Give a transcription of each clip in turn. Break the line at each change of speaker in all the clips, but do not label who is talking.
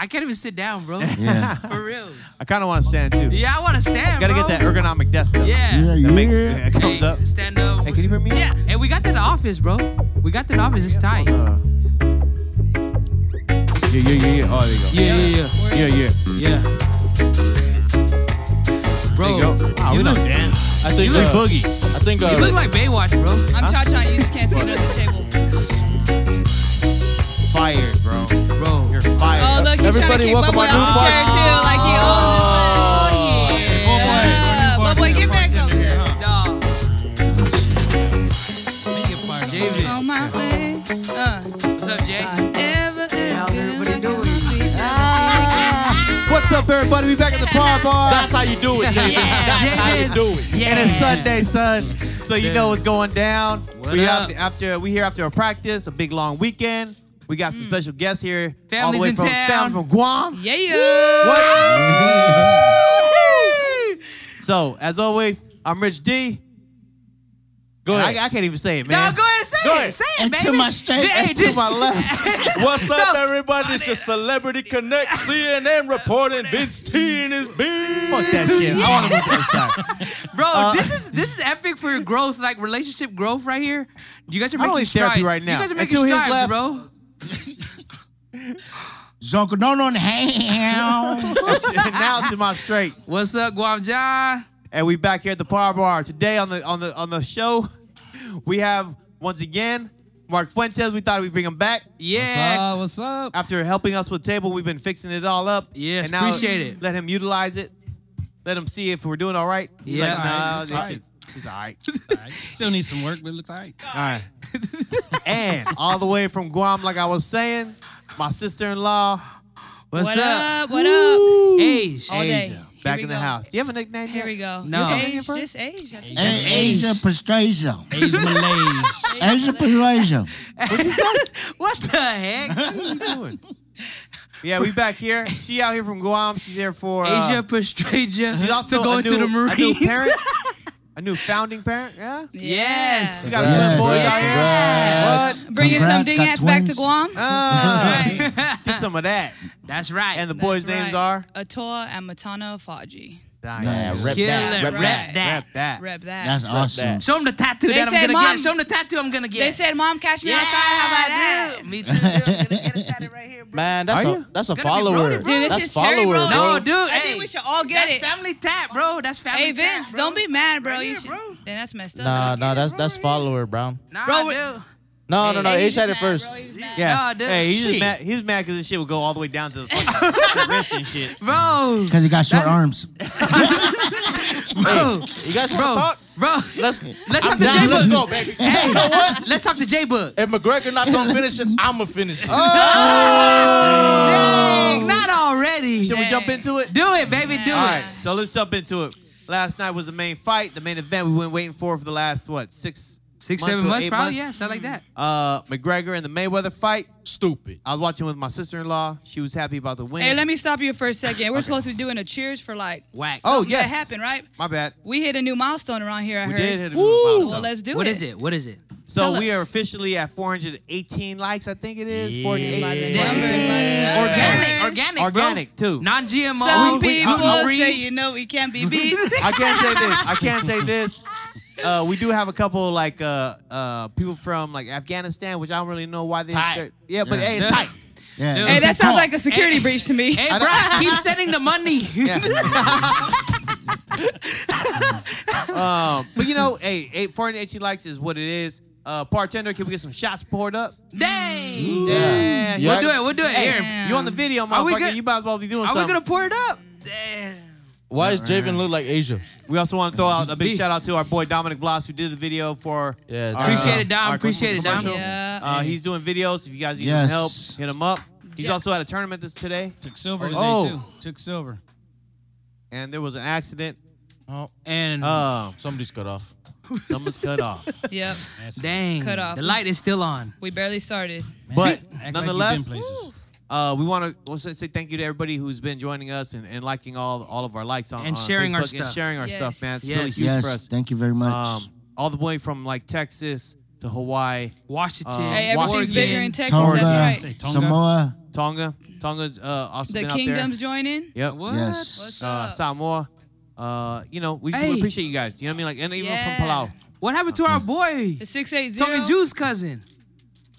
I can't even sit down, bro.
Yeah.
For real.
I kind of want to stand too.
Yeah, I want to stand.
Gotta
bro.
get that ergonomic desk though.
Yeah.
Yeah,
That makes,
yeah.
it comes
Hey,
up.
Stand up.
Hey, can you hear me?
Yeah. Hey, we got that office, bro. We got that office. It's tight.
Uh, yeah, yeah, yeah, yeah. Oh, there you go.
Yeah, yeah,
Yeah, yeah.
yeah. Yeah.
There
Bro,
you go. Wow, we
you,
don't
look,
dance.
I think
You
uh,
we boogie.
I think uh,
you look like Baywatch, bro.
I'm Cha Cha. You just can't see under the table.
Fired, bro.
Bro.
You're fired.
Oh, look, he's trying
Everybody
to kick
welcome
Bubboy
our new
off the chair,
partner.
too. Like he owns
yeah.
this. one. Yeah. Bubboy, get back up there.
Dog.
Make it fire.
On
Um,
Javen.
my way. Uh,
What's up, Jay?
ever again.
How's everybody doing?
What's up, everybody? We back at the par bar.
that's how you do it, Jay.
Yeah,
that's how you
Jaden.
do it.
Yeah.
And it's Sunday, son. So you know what's going down.
What
we
up?
Out after we here after a practice, a big long weekend. We got some special guests here, all the
Families
way
Mm. in
from
town.
family from Guam.
Yeah.
What? so as always, I'm Rich D.
Go
I,
ahead.
I can't even say it,
No,
man.
go ahead, say
Go
it.
ahead.
Say it,
And
baby.
to my straight-
Hey,
and
to
just-
my left.
What's up, everybody? It's your Celebrity Connect CNN reporting. Vince T and his
Fuck
beat.
that shit. I want to move that inside.
Bro,
Uh,
this is this is epic for growth, like relationship growth right here. You guys are
I don't
making
need therapy
strides
right now.
You guys are
And
making
to his
strides,
left-
bro.
Zonko, no, no, no.
and now to my straight.
What's up, Guam John?
and we back here at the Par Bar today on the on the on the show. We have once again Mark Fuentes. We thought we'd bring him back
Yeah.
What's up?
after helping us with table. We've been fixing it all up.
Yes, appreciate it.
Let him utilize it. Let him see if we're doing all right. He's
Yeah.
like, nah,
It's
this
alright.
shit's- this is all right.
Alright. Still need some work, but it looks alright.
All right. and all the way from Guam, like I was saying, my sister-in-law
What's
What
up?
up? What up?
Hey, sh-
All day.
Asia,
Here
back
we
in the
go.
house. Do you have a nickname
Here
yet?
we go.
No.
Age, just age. I think.
Hey, Asia Pastrasia.
Age Malays.
Asia Pastrasia.
what the heck?
What are you doing? yeah, we back here. She out here from Guam. She's here for uh,
Asia Pastrasia
She's also
to go
a
into
new,
the
a new
Marines.
parent, a new founding parent. Yeah, we
Yes.
got
Congrats,
a twin boy out here.
congrats.
What?
Bringing some
Congrats, got
dinghats back to
twins.
Guam.
Ah,
Right.
get some of that.
That's right.
And the boys'
That's
names
right.
are.
Atoa and Matano Faji.
Nice. Rep
Yeah, rep
Killer.
that.
Rep,
Right.
that.
that.
Rep that.
That's awesome.
Show them the tattoo
They
that I'm
said,
gonna
"Mom."
get. Show them the tattoo I'm gonna get.
They said, Mom, catch me
yeah,
outside. How about that?
dude. Me too. dude. I'm gonna get a tattoo right here, bro.
Man, that's
Are
a
you?
that's a
It's gonna be
follower.
Brody, bro.
Dude, this
that's
is
follower,
cherry roll.
bro.
No, dude.
I
hey,
think we should all get
that's
it.
family tat, bro. That's family
Hey, Vince,
tat, bro.
don't be mad, bro.
Right
you
here,
should,
bro.
Then that's messed up.
Nah, nah, that's that's follower, bro.
Nah,
Bro,
dude.
No, no, no. H
Hey, he's
had it
mad,
first.
bro. He's mad.
Yeah.
Nah, dude.
hey, he's
Shit.
just mad. He's mad because this shit will go all the way down to the, fucking, the wrist and shit.
Bro,
Because he got short
That's-
arms.
bro,
You guys want to
bro,
talk?
bro.
Let's
Let's
I'm
talk to
down.
Jay
Let's
Book.
go, baby.
Hey, let's talk to J Book.
If McGregor not gonna finish it, I'ma finish it.
Oh.
Dang, not already.
Should
Do
we jump into it?
it, baby. Do
All right,
it.
so let's jump into it. Last night was the main fight, the main event we've been waiting for for the last what six,
Six,
months
seven
or
months,
eight
probably. Yeah, something like that.
Uh, McGregor and the Mayweather fight.
Stupid.
I was watching with my sister-in-law. She was happy about the win.
Hey, let me stop you for a second. We're supposed to be doing a cheers for like
Whack.
Oh,
something
yes.
that happened, right?
My bad.
We hit a new milestone around here. I
We
heard.
did hit a new
Woo!
milestone.
Well, let's do
What
it.
is it? What is it?
So
Tell
we are
us.
officially at 418 likes, I think it is.
Yeah.
48.
By the
Damn.
numbers, by the numbers.
Organic, organic,
Organic, too.
Non GMO.
Some
we-
people
uh,
free.
say you know we can't be beat.
I can't say this. I can't say this. Uh, we do have a couple like uh, uh, people from like Afghanistan, which I don't really know why they.
Tight.
they're- Yeah, but hey,
Yeah.
it's tight.
Yeah.
Dude.
hey,
it's
that
a
sounds
cult.
like a security breach to me.
Hey, bro, keep sending the money.
Yeah. um, but you know, hey, eight, 418 likes is what it is. Uh, bartender, can we get some shots poured up?
Dang.
Yeah,
We'll
We'll do it. We'll do it. Here.
Yeah.
You on the video,
Are we
motherfucker?
good-
You might as well be doing
Are we
something.
going to pour it up? Damn.
Why does Javen look like Asia?
We also want to throw out a big
V.
shout out to our boy Dominic Vlas who did the video for.
Yeah,
our,
Appreciate it, Dom.
our
Appreciate it, Dom.
commercial.
Yeah.
Uh, he's doing videos. If you guys need
Yes.
some help, hit him up. He's also at a tournament this today,
Took silver today
Oh.
too. Took silver.
and there was an accident.
Oh,
And
Um,
somebody's cut off.
someone's cut off.
Yep,
dang.
Cut off.
The light is still on.
we barely started.
But
Act like
nonetheless,
you've been places.
uh, we want to also say thank you to everybody who's been joining us and, and liking all all of our likes on
And
on
sharing our
Facebook and
stuff.
sharing our
Yes.
stuff, man. It's
Yes.
really huge for
Yes,
us.
thank you very much.
Um, all the way from like Texas to Hawaii,
Washington.
Um,
Hey, everything's
Washington.
bigger in Texas.
Tonga,
That's right.
Say Tonga.
Samoa,
Tonga. Tonga's uh, also
The
been
kingdoms
out
joining.
there. Yep.
What?
Yes.
What's
Uh,
up?
Samoa. Uh, you know, we, just, we
Hey.
appreciate you guys. You know what I mean? Like, and even
Yeah.
from Palau.
What happened to our boy?
the six eight zero.
Tongan June's cousin.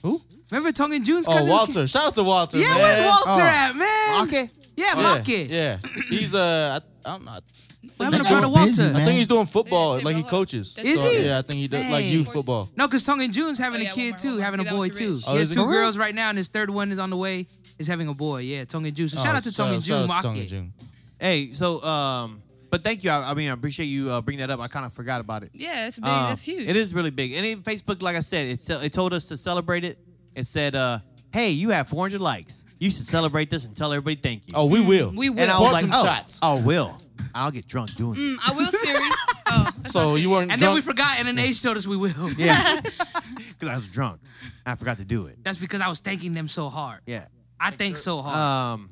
Who?
Remember Tongan June's
Oh,
cousin?
Walter. Shout out to Walter.
Yeah,
man.
where's Walter
Oh.
at, man?
Okay.
Yeah,
Yeah,
Maki.
Yeah, he's uh, I, I don't know. I
What happened to
That guy
brother
was busy,
Walter?
man.
think he's doing football,
Yeah,
like he
Timberwolves.
coaches.
Is he?
Yeah, I think he does like
Dang.
youth football.
No, because Tongan June's having
Oh,
a
yeah,
kid
one more,
too,
one
having
more.
a
Give that
boy
one to
too.
Rich.
Oh,
he has
is it
two
for real?
girls right now, and his third one is on the way. Is having a boy. Yeah, Tongan June. So
Oh,
shout out to Tongan June,
shout out to Tongan
Maki.
June.
Hey, so, um, but thank you. I, I mean, I appreciate you uh, bringing that up. I kind of forgot about it.
Yeah, that's big.
Uh,
that's huge.
It is really big. And in Facebook, like I said, it, se- it told us to celebrate it. It said, uh, hey, you have 400 likes. You should celebrate this and tell everybody thank you.
Oh, we will.
We will.
and I
Pour
was
some
like, oh,
shots.
oh, will. I'll get drunk doing it.
I will, Siri. Oh, that's
So you weren't
And then we
drunk.
forgot, and then Age told us we will.
Yeah. Because I was drunk. I forgot to do it.
That's because I was thanking them so hard.
Yeah.
I thank so hard.
Uh,
Um,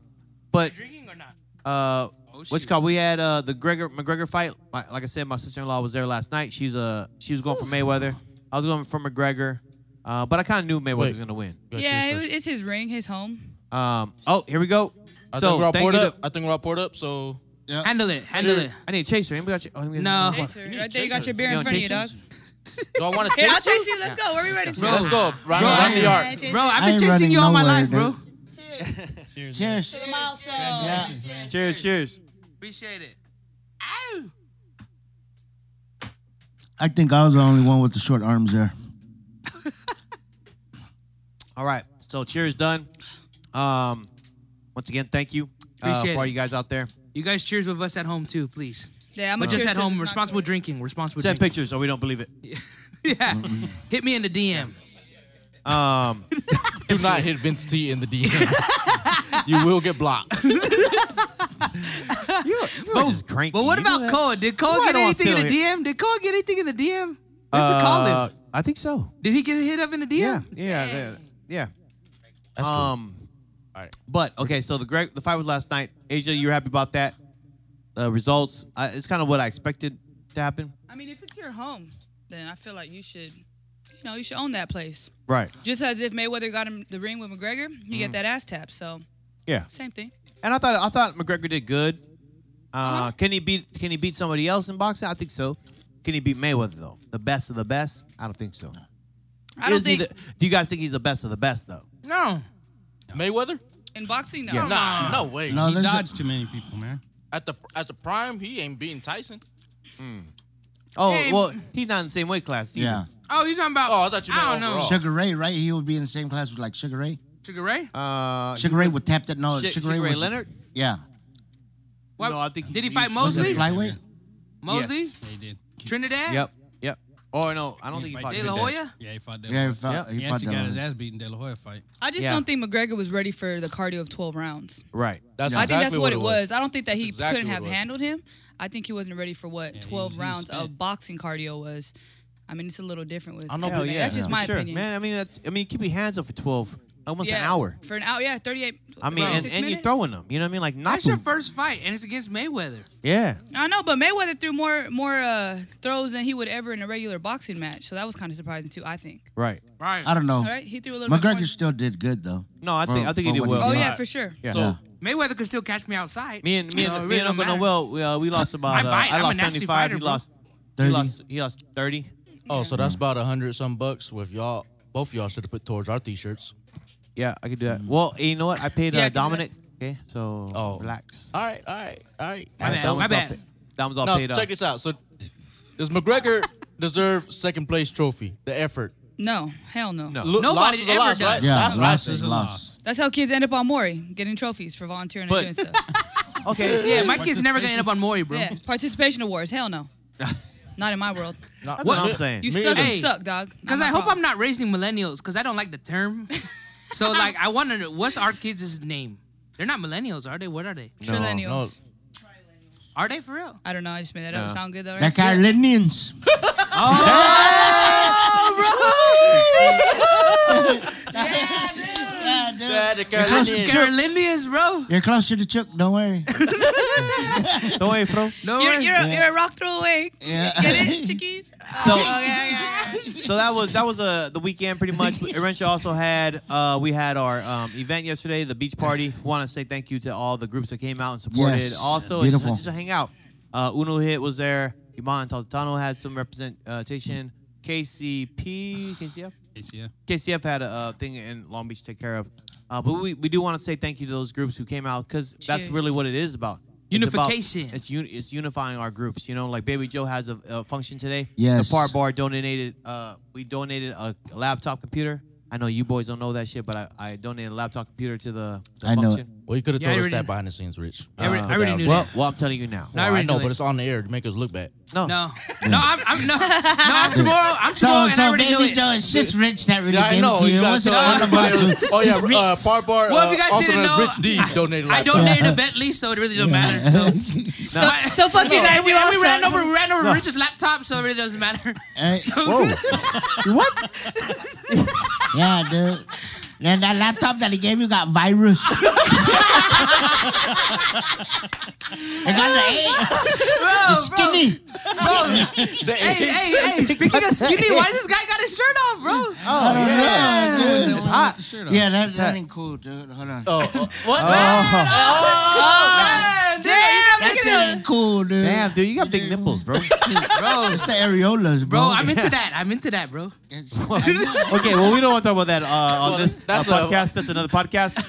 but
Drinking or not?
uh,
Oh,
what's
shoot.
it called? We had uh the Gregor McGregor fight. My, like I said, my sister in law was there last night. She's uh she was going for Mayweather. I was going for McGregor. Uh, but I kind of knew Mayweather was
Wait.
gonna win.
yeah, it was, it's his ring, his home.
Um, oh, here we
I
go.
think we're
so
all
thank you
poured
to-
up. I think we're all poured up. So
Handle it. Handle it.
I need a chaser. Anybody got your- oh, anybody
No.
got your-
Hey, Siri, right there, you got your beer
You
in
want
front of you, dog.
chase
do I want to
Here, I'll
chase you?
chase you. Let's go. Where we ready?
Bro.
Let's go. Round,
Bro,
round the
I-
yard.
Bro, I've
I
been
ain't
chasing
running
you all my
nowhere,
life, bro.
Cheers. Yeah.
Cheers, cheers.
Appreciate it.
I think I was the only one with the short arms there.
All right. So cheers done. Um, once again, thank you uh,
Appreciate
for all
it.
you guys out there.
You guys cheers with us at home too, please.
Yeah, I'm
But
gonna
just
cheers
at
to
home,
this
responsible
knockdown.
drinking, responsible
Send
drinking.
pictures so we don't believe it.
yeah. Hit me in the DM.
Um,
Do not hit Vince T in the DM. you will get blocked.
but, just cranky.
But what
You know
about
that?
Cole? Did Cole
Why
get
don't I
anything in
sit
the
here?
DM? Did Cole get anything in the DM? Where's the
Uh,
calling?
I think so.
Did he get hit up in the DM?
Yeah, yeah, yeah. yeah.
That's cool.
Um,
All right.
but okay, so the Greg, the fight was last night. Asia, you're happy about that? Uh, results. I, it's kind of what I expected to happen.
I mean, if it's your home, then I feel like you should, you know, you should own that place.
Right.
Just as if Mayweather got him the ring with McGregor, you get that ass tap. So
Yeah.
same thing.
And I thought I thought McGregor did good. Uh, can he beat Can he beat somebody else in boxing? I think so. Can he beat Mayweather though? The best of the best? I don't think so.
I don't
Is he
think
the- do you guys think he's the best of the best though?
No.
Mayweather?
in boxing, no.
Nah, no way.
No,
He
there's a,
dodged too many people, man.
At the at the prime, he ain't beating Tyson.
Oh
Hey,
well, he's not in the same weight class. Either.
yeah.
Oh, you talking about?
Oh, I thought you meant
I don't know.
overall.
Sugar Ray, right? He would be in the same class with like Sugar Ray.
Sugar Ray.
Uh,
Sugar Ray would tap that. No,
Sh-
Sugar Ray
Sugar Ray
was
Leonard?
Yeah.
What-
No, I think he's-
did he
he's-
fight
he's
Was it
Mosley?
flyweight?
Mosley?
Yes.
Yeah, he did.
Trinidad?
Yep. Yep. Oh no, I don't think he
fight
fought.
De
Trinidad.
La Hoya?
Yeah, he fought that.
Yeah, he
one.
fought-
Yep.
he
He
fought
actually
that
got
one.
his ass beaten De La Hoya fight.
I just
Yeah.
don't think McGregor was ready for the cardio of 12 rounds.
Right.
That's
I think that's what it was. I don't think that he
That's exactly
couldn't
what
have
it was.
handled him. I think he wasn't ready for what 12
he was
rounds
spent.
of boxing cardio was. I mean, it's a little different with.
I know,
MMA.
but yeah,
that's just
For
my
sure.
opinion.
Man, I mean, that's, I mean, keep your hands up for twelve, almost
yeah,
an hour.
for an hour. Yeah, 38.
I mean, and,
36
and you're
minutes.
throwing them. You know what I mean? Like not.
That's your first fight, and it's against Mayweather.
Yeah.
I know, but Mayweather threw more more uh, throws than he would ever in a regular boxing match. So that was kind of surprising too. I think.
Right.
Right.
I don't know.
All right, he threw a little. bit more.
McGregor Oh. still did good though.
No, I
For-
think I think he
for
did
what
well.
Oh
did.
yeah, for sure.
Yeah.
So
Mayweather could still catch me outside.
Me and me
So it
and, me
really don't
and Uncle
matter.
Noel, we, uh, we lost about. Uh,
bite.
I
I'm a
lost
nasty
seventy five.
fighter,
He
bro.
lost. He
30.
lost. He lost thirty.
Oh, so that's about a hundred some bucks with y'all. Both of y'all should have put towards our t-shirts.
Yeah, I could do that. Well, you know what? I paid uh,
Yeah, I can do that.
Dominic. Okay, so
Oh.
relax.
All right, all right, all right.
My bad.
Dom's
My
all
bad.
pa- Dom's all
Now
paid
check
up.
this out. So does McGregor deserve second place trophy? The effort.
No, hell no.
No.
Lo-
Nobody
loss is a
ever
loss,
does.
right?
Yeah,
Loss-
loss
loss
is
is
a
a
loss.
That's how kids end up on Maury, getting trophies for volunteering
But-
and doing stuff.
Okay.
Yeah, my kid's never gonna end up on Maury, bro.
yeah, participation awards. Hell no. Not in my world.
Not-
That's what I'm saying.
You
Me
suck.
either.
You suck, dog.
Because I hope I'm not raising millennials. Because I don't like the term. so like, I want to know what's our kids' name. They're not millennials, are they? What are they?
Trillennials.
Are they for real?
I don't know. I just made that up. Sound good though.
That's
right?
Carlinians. God, dude.
That's
Carolinians.
Carolinians, bro.
You're close to the chook. Don't worry.
Don't worry, bro.
No
You're,
worry.
you're, a, you're a rock throw away.
Yeah.
Get it, chickies?
So-
Oh, yeah, yeah, yeah, yeah.
So that was that was uh, the weekend pretty much. Orentia also had uh, we had our um, event yesterday, the beach party. Want to say thank you to all the groups that came out and supported.
Yes.
Also, it's
Beautiful.
just, just a hangout. Uh, Uno Hit was there. Iman Taltano had some uh, representation. KCP, KCF,
Yeah.
KCF had a uh, thing in Long Beach to take care of. Uh, but we, we do want to say thank you to those groups who came out because that's
Cheers.
really what it is about. It's about-
Unification.
It's, uni- it's unifying our groups. You know, like Baby Joe has a, a function today.
Yes.
The Par Bar donated, uh, we donated a laptop computer. I know you boys don't know that shit, but I, I donated a laptop computer to the, the
I know
function.
Well, you could have
Yeah, I
told us
already-
that behind the scenes, Rich.
I
Uh,
Ah,
already- I already knew
Well,
that.
well, I'm telling you now.
No,
I
already
know,
knew
but
it.
it's on the air to make us look bad.
No.
No, no, I'm, I'm no, no, I'm tomorrow. I'm tomorrow, and I
So, so
already know
Baby
it.
Joe, it's just Rich that really
Yeah, I
gave
know,
it to
you
you. It
gotta
wasn't
tell
all about you.
Oh yeah,
Just Rich.
uh, Par Bar.
Well, if you
uh,
guys
also
didn't
known as
know-
Rich D
I
donated. laptop.
donated a Bentley, so it really doesn't matter. So,
So, so fuck you guys.
and we,
you
and we
all
ran
suck.
over, we ran over Richard's laptop, so it really doesn't matter.
Eh,
what?
yeah, dude. Then that laptop that he gave you got virus. it got the AIDS.
Bro,
It's skinny.
Bro, hey, hey, hey! Speaking of skinny, why this guy got his shirt off, bro?
I don't know, dude.
It's hot.
Yeah, that, that ain't cool, dude. Hold on.
Oh, oh, what?
Oh. Man, damn,
that
look
shit
at him.
ain't cool, dude.
Damn, dude, you got big nipples, bro.
bro.
It's the areolas, bro.
Bro, I'm into that. I'm into that, bro.
It's-
okay, well, we don't want to talk about that uh, on this uh,
that's a-
podcast. that's another podcast.
Uh,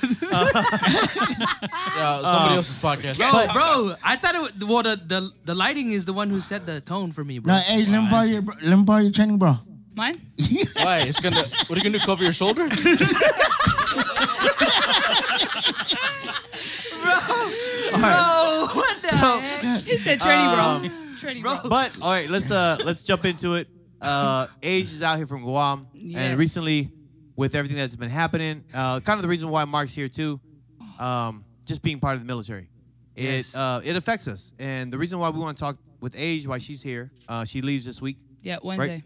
somebody else's podcast.
Bro, bro, I thought it was, well, the, the the lighting is the one who set the tone for me, bro.
no, hey, let me borrow your, bro- let me borrow your training, bro.
Mine?
Why? It's gonna. What are you gonna do? Cover your shoulder?
Bro, what the heck?
He said training, bro. Training, bro.
But all right, let's uh let's jump into it. Uh Age is out here from Guam, and
Yes.
recently, with everything that's been happening, uh, kind of the reason why Mark's here too, um, just being part of the military, it
Yes.
uh, it affects us, and the reason why we want to talk with Age, why she's here, uh, she leaves this week,
Yeah, Wednesday.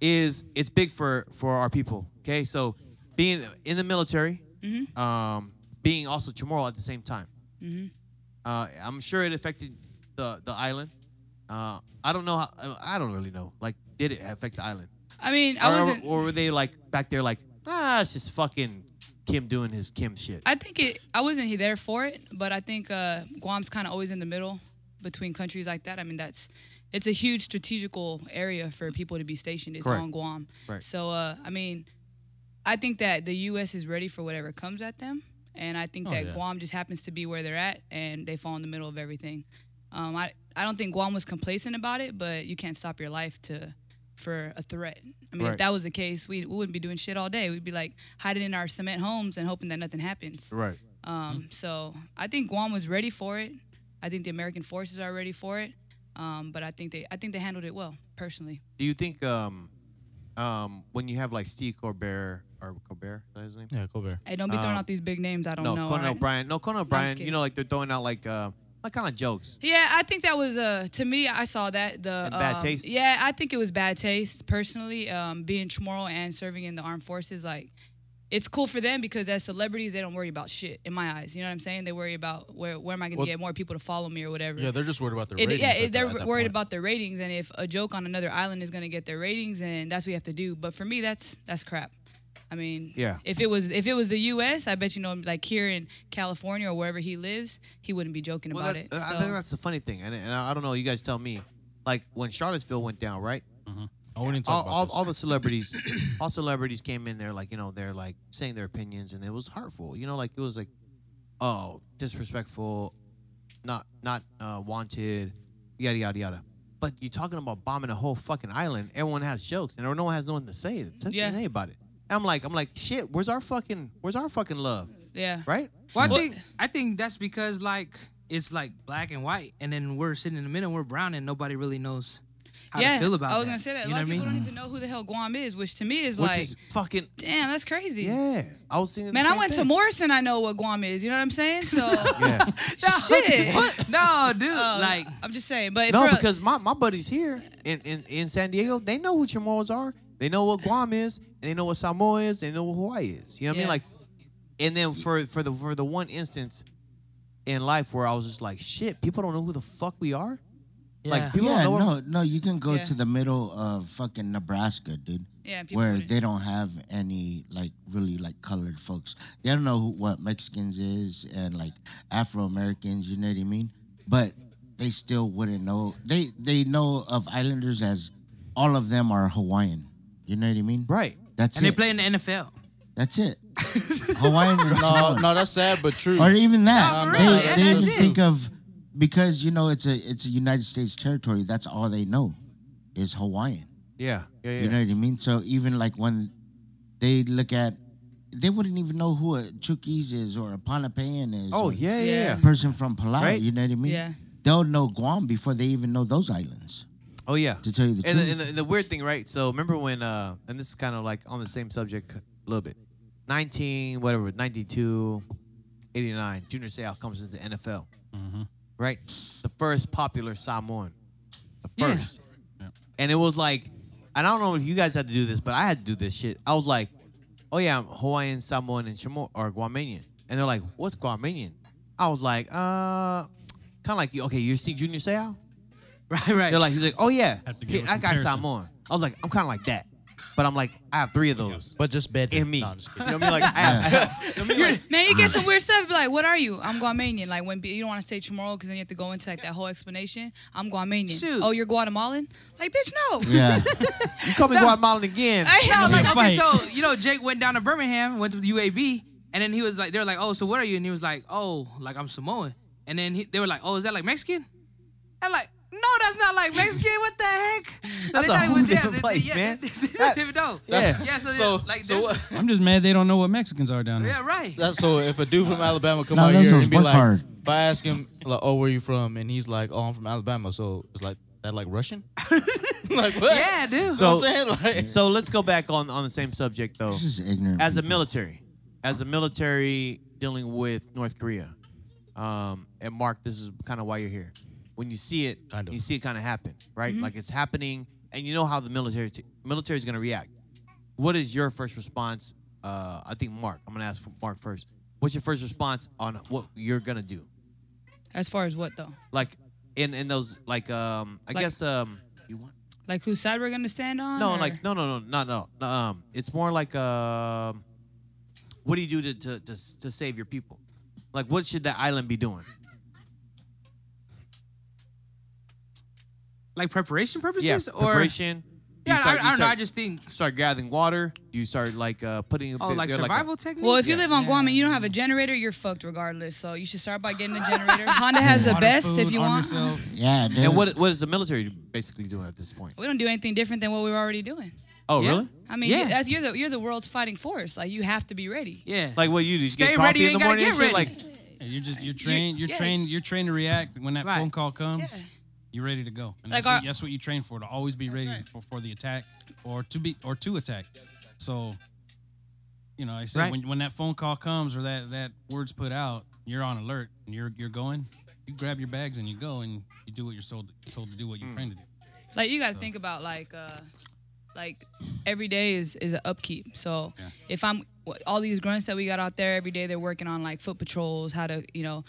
is it's big for for our people. Okay, so being in the military,
Mm-hmm.
um, being also Chamorro at the same time. Uh, I'm sure it affected the the island. Uh, I don't know. How, I I don't really know. Like, did it affect the island,
I mean, I
or,
wasn't.
or were they like back there like, ah, it's just fucking Kim doing his Kim shit.
I think it. I wasn't he- there for it, but I think uh, Guam's kind of always in the middle between countries like that. I mean, that's it's a huge strategical area for people to be stationed. It's
Correct.
on Guam.
Right.
So uh, I mean, I think that the U.S. is ready for whatever comes at them, and I
Oh,
think that
yeah.
Guam just happens to be where they're at, and they fall in the middle of everything. Um, I I don't think Guam was complacent about it, but you can't stop your life to for a threat. I mean,
Right.
if that was the case, we, we wouldn't be doing shit all day. We'd be like hiding in our cement homes and hoping that nothing happens.
right.
Um, so I think Guam was ready for it. I think the American forces are ready for it. Um, but I think they I think they handled it well personally.
Do you think um, um, when you have like Steve Colbert or Colbert, is that his name?
yeah, Colbert.
Hey, don't be throwing out these big names. I don't
No,
know.
Conan
all right?
O'Brien. No, Conan O'Brien. You
kidding.
know, like they're throwing out like uh, like kind of jokes.
Yeah, I think that was uh to me. I saw that the
And bad
um,
taste.
Yeah, I think it was bad taste personally. Um, being Chamorro and serving in the armed forces, like it's cool for them because as celebrities, they don't worry about shit. In my eyes, you know what I'm saying? They worry about where where am I going to
Well-
get more people to follow me or whatever.
Yeah, they're just worried about their
It-
ratings.
yeah,
at
it,
that-
they're
at that
worried
point.
about their ratings, and if a joke on another island is going to get their ratings, and that's what you have to do. But for me, that's that's crap. I mean,
Yeah.
If it was if it was the U.S., I bet you know, like here in California or wherever he lives, he wouldn't be joking about
that-
it.
uh, I
so.
think that's the funny thing, and, and I I don't know. You guys tell me. Like when Charlottesville went down, right?
Oh, we didn't talk
All,
about
all,
this.
all the celebrities, all celebrities came in there, like you know, they're like saying their opinions, and it was hurtful. You know, like it was like, oh, disrespectful, not not uh, wanted, yada yada yada. But you're talking about bombing a whole fucking island. Everyone has jokes, and no one has nothing to say to
Yeah.
say about it. I'm like, I'm like, shit. Where's our fucking, where's our fucking love,
yeah.
right?
Well, I think I think that's because like it's like black and white, and then we're sitting in the middle, we're brown, and nobody really knows how
yeah,
to feel about.
I was
that.
gonna say that. A
You know
lot
what I
of people
mean?
don't even know who the hell Guam is, which to me is
Which
like,
is fucking
damn, that's crazy.
yeah. I was thinking. the
Man, I
same
went to
thing.
Morrison. I know what Guam is. You know what I'm saying? So
Yeah.
shit.
What? No, dude. like,
Like I'm just saying, but
No,
for a-
because my, my buddies here in, in, in San Diego, they know who Chamorros are. They know what Guam is. And they know what Samoa is. They know what Hawaii is. You know what I mean?
Yeah.
Like, And then for for the for the one instance in life where I was just like, shit, people don't know who the fuck we are.
Yeah.
Like people
yeah,
don't know.
no, no, you can go
Yeah.
to the middle of fucking Nebraska, dude.
Yeah, people
where
wouldn't-
they don't have any like really like colored folks. They don't know who, what Mexicans is and like Afro Americans. You know what I mean? But they still wouldn't know. They they know of Islanders as all of them are Hawaiian. You know what I mean?
Right.
That's
And
it.
they play in the NFL.
That's it. Hawaiian and
No,
Samoan.
no, that's sad but true.
or even that.
No, for
they
real,
they
that's-
just
that's it.
think of because you know it's a it's a United States territory. That's all they know is Hawaiian.
Yeah. Yeah. yeah.
You know what I mean? So even like when they look at, they wouldn't even know who a Chukis is or a Panapayan is.
oh
or
yeah, yeah,
Yeah.
yeah.
a person from Palau.
Right?
You know what I mean?
Yeah.
They'll know Guam before they even know those islands.
Oh yeah.
To tell you the
and
truth.
The, and the, the weird thing, right? So remember when uh and this is kind of like on the same subject a little bit. 19 whatever, 92, 89, Junior Seau comes into NFL. Right? The first popular Samoan. The first. And it was like and I don't know if you guys had to do this, but I had to do this shit. I was like, "Oh yeah, I'm Hawaiian, Samoan, and Chamorro or Guamanian." And they're like, "What's Guamanian?" I was like, "Uh, kind of like, okay, you see Junior Seau?
Right, right.
They're like, he's like, oh yeah,
Have to
he,
give a
I got
comparison.
Samoan. I was like, I'm kind of like that, but I'm like, I have three of those
but just bed
in me.
No, I'm just
you know what I mean? Like, I have, I have, you know what I mean? Like,
Man, you get some weird stuff. Be like, what are you? I'm Guamanian. Like when you don't want to say tomorrow because then you have to go into like that whole explanation. I'm Guamanian.
Shoot.
Oh, you're Guatemalan? Like, bitch, no.
Yeah.
you call me Guatemalan again.
I
I
am
was
like,
like, okay,
Fight.
so you know, Jake went down to Birmingham, went to the UAB, and then he was like, they were like, oh, so what are you? And he was like, oh, like I'm Samoan. And then he, they were like, oh, is that like Mexican? I'm like, no, that's not like Mexican. What the heck?
That's
they
a
thought it
whole
was-
different
they- they-
place,
yeah,
man.
They, they,
That-
didn't know.
yeah.
yeah. So,
So,
yeah, like,
so
there's-
what?
I'm just mad they don't know what Mexicans are down there.
yeah, right.
That's so if a dude from Alabama come
No,
out
those
here
was
and be
work
like,
hard.
if I ask him like, "Oh, where you from?" and he's like, "Oh, I'm from Alabama," so it's like that, like Russian. like what?
Yeah, dude.
You know
So-
what I'm saying like.
So let's go back on on the same subject though.
this is ignorant.
As a
people.
military, as a military dealing with North Korea, um, and Mark, this is kind of why you're here. When you see it,
Kind of.
you see it kind of happen, right? Like it's happening, and you know how the military t- military is going to react. What is your first response? Uh, I think Mark. I'm going to ask for Mark first. What's your first response on what you're going to do?
As far as what though?
Like in in those like um I
Like-
guess um
Like whose side we're gonna stand on?
No,
or-
like no, no, no, not no. no, Um, it's more like um, what do you do to to, to to save your people? Like, what should the island be doing?
Like preparation
Yeah,
purposes, or
preparation. Do you
yeah, I,
start- you
I don't know.
start-
I just think,
start gathering water. Do you start like uh putting? a
oh,
bit-
like
you're a-
survival technique.
Well, if you
Yeah.
live on Guam and you don't have a generator, you're fucked regardless. So you should start by getting a generator. Honda has the
Water,
best if
food,
you
arm
want.
yourself.
Yeah, dude.
and what what is the military basically doing at this point?
We don't do anything different than what we were already doing.
Oh,
Yeah.
really?
I mean,
Yeah.
you- that's, you're the you're the world's fighting force. Like you have to be ready.
yeah,
Like, what you do? You
Stay
get
ready,
coffee
you
in the
ain't gotta
morning. and
get
shit?
ready.
Like,
Yeah, You're just you're trained. You're
yeah.
trained. You're trained to react when that
Uh, Right.
phone call comes.
Yeah.
You're ready to go. And
Like
that's,
our-
what, that's what you train for to always be ready
right.
for, for the attack or to be or to attack. So, you know, I said
Right.
when, when that phone call comes or that that word's put out, you're on alert and you're you're going. You grab your bags and you go and you do what you're told told to do. What you're trained to do.
Like you got to think about like uh like every day is is an upkeep. So if I'm all these grunts that we got out there every day, they're working on like foot patrols, how to you know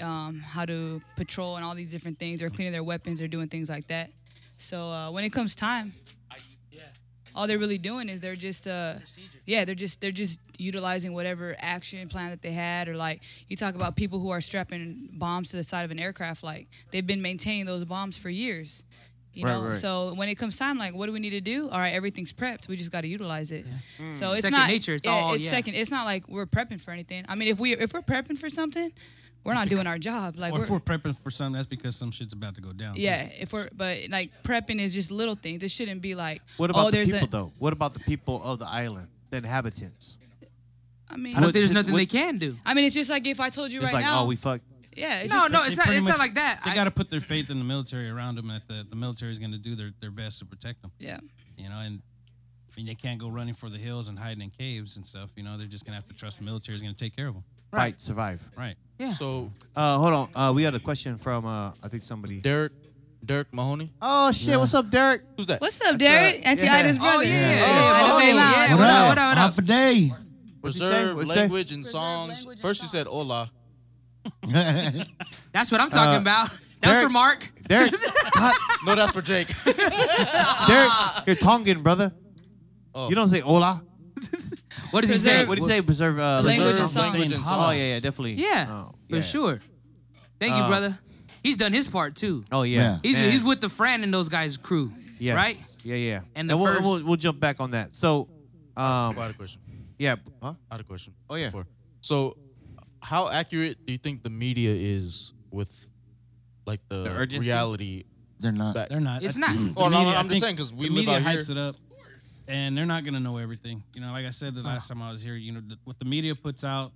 um, how to patrol and all these different things. They're cleaning their weapons. They're doing things like that. So uh, when it comes time, all they're really doing is they're just uh yeah they're just they're just utilizing whatever action plan that they had or like you talk about people who are strapping bombs to the side of an aircraft like they've been maintaining those bombs for years you
Right,
know
right.
so when it comes time like what do we need to do all right everything's prepped we just got to utilize it so
Mm.
it's
Second
not
nature, it's
yeah,
all-
it's
yeah.
second it's not like we're prepping for anything i mean if we if we're prepping for something we're not doing our job like
Or
we're,
if we're prepping for something, that's because some shit's about to go down.
yeah if we're but like prepping is just little things it shouldn't be like
what about
oh
the
there's
people
a
though? What about the people of the island, the inhabitants?
i mean
I don't
What
think there's
should-
nothing
what-
they can do.
I mean, it's just like if I told you
It's
right
like,
now.
oh, we fucked.
yeah, it's
No,
just,
no,
They
it's not.
pretty
It's
much-
not like that.
They
I-
got to put their faith in the military around them. That the the military is going to do their their best to protect them.
Yeah,
you know, and I mean they can't go running for the hills and hiding in caves and stuff. You know, they're just gonna have to trust the military is gonna take care of them.
Fight, survive.
Right.
yeah.
So
Uh, hold on. Uh, we had a question from uh, I think somebody.
Derek, Derek Mahoney,
Oh shit! What's up, Derek?
who's that?
What's up, Derek? Auntie Ida's brother.
Oh yeah,
Oh,
yeah,
Ida Bay
yeah.
Lounge.
What up? What up? What up?
Half a day.
What'd you say?
Preserve
What'd you say?
language and
Preserve
songs.
language and
First, you said
songs.
"Hola."
That's what I'm talking about. That's
Uh, Derek-
for Mark.
Derek, God,
No, that's for Jake.
Derek, you're Tongan, brother.
Oh.
You don't say hola.
What does he say?
Preserve-
What do you say? Preserve uh,
Language and
preserve
songs.
language and
Holla.
Oh yeah, yeah, definitely.
Yeah,
Oh,
for
yeah. Um,
sure. Thank you, brother. He's done his part too.
Oh yeah.
Yeah.
He's
Man.
he's with the Fran and those guys' crew,
Yes.
right?
Yeah, yeah.
And the
we'll,
first-
we'll we'll jump back on that. So, um,
I had a question.
yeah, huh?
I had a question.
Oh, yeah.
before. So, how accurate do you think the media is with like the,
The urgency?
reality?
They're not.
Back?
They're not.
It's
I-
not.
the
Oh, no,
media,
I'm just
I think
saying 'cause we
the
live
media
out
hypes
here.
it up, and they're not gonna know everything. You know, like I said the last time I was here, you know, the, what the media puts out,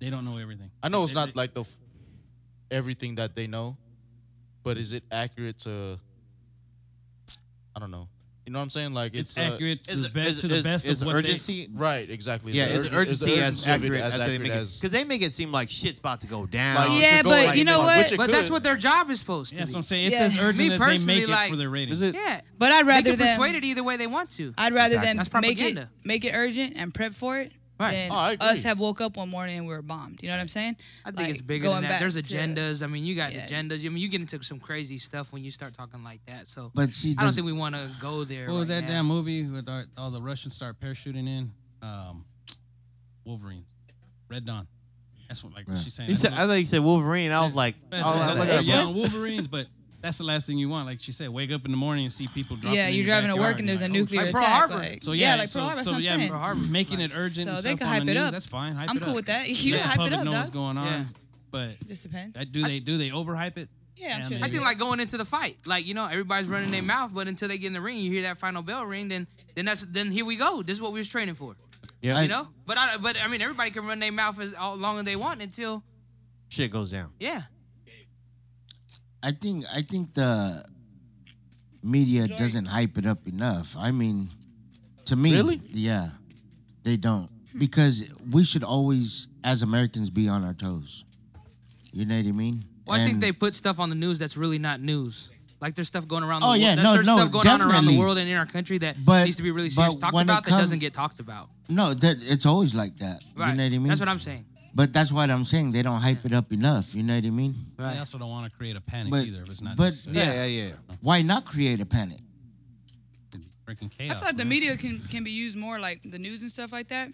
they don't know everything.
I know it's
They- they-
not like the f- everything that they know, but is it accurate to? I don't know. You know what I'm saying? Like it's,
it's
uh,
accurate to
Is
the best
is-
to the
is-
best
is
of what
urgency.
Right, exactly.
yeah,
The
is
urgen-
urgency as
the urgency of it
accurate as, they
accurate
make it?
as-
Because they make it seem like shit's about to go down.
Like,
Yeah,
to go
but
like
you know
that,
what?
which it
But that's
could.
what their job is supposed
They,
to
that's what I'm
be.
saying. It's
Yeah.
as
Me
urgent as they
personally,
make it
like-
for their ratings.
Is it-
Yeah,
But I'd
they
rather
can
them.
persuade it either way they want to.
I'd rather
Exactly.
them
That's
make it
propaganda.
make it urgent and prep for it.
Right.
Than
Oh, I agree.
us have woke up one morning and we were bombed. You know what I'm saying?
I think it's bigger than that. There's agendas. I mean, you got
yeah.
agendas. I mean, you get into some crazy stuff when you start talking like that. So
But see,
I don't
does-
think we want to go there.
What was
right
that
now.
damn movie with our, all the Russians start parachuting in? Um, Wolverine, Red Dawn. That's what like she's saying.
He said, I
that's
thought he said Wolverine. I was like, oh,
what-
I was
that's
like,
what-
that's
yeah,
what?
Wolverines, but that's the last thing you want. Like she said, wake up in the morning and see people dropping.
Yeah,
in
you're
your
driving to
backyard,
work and there's a
you're like,
nuclear
like Pearl
attack.
Harbor.
Like,
So yeah,
like
so,
Pearl Harbor. that's
so
what I'm
yeah,
saying.
Pearl Harbor.
making it
Nice.
urgent.
So
and
they
stuff
can
on
hype
the
it
news,
up.
That's fine. Hype
I'm
it
cool
up.
with that. You can
Let the
hype it
public
up,
know what's
dog.
going on.
Yeah.
But
Just depends.
that- do they do they overhype it?
Yeah, I'm
And
sure
they-
they
I think like going into the fight, like you know, everybody's running their mouth, but until they get in the ring, you hear that final bell ring, then then that's then here we go. This is what we was training for,
Yeah,
you know. But I but I mean, everybody can run their mouth as all- long as they want until
shit goes down.
yeah.
I think I think the media doesn't hype it up enough. I mean, to me,
Really?
yeah, they don't
Hmm.
because we should always, as Americans, be on our toes. You know what I mean?
Well, I think
And-
they put stuff on the news that's really not news. Like there's stuff going around. The
Oh,
world.
yeah,
there's,
no,
there's
no,
stuff going on around the
definitely.
world and in our country that
But-
needs to be really
but
serious talked
when it
about that
come-
doesn't get talked about.
no, that it's always like that.
Right.
You know what I mean?
That's what I'm saying.
But that's what I'm saying. They don't hype it up enough. You know what I mean?
They
Right.
also don't want to create a panic
But-
either if it's not
but-
necessary.
Yeah, yeah, yeah.
Why not create a panic?
It'd be Freaking chaos.
I feel like the
man.
media can can be used more like the news and stuff like that.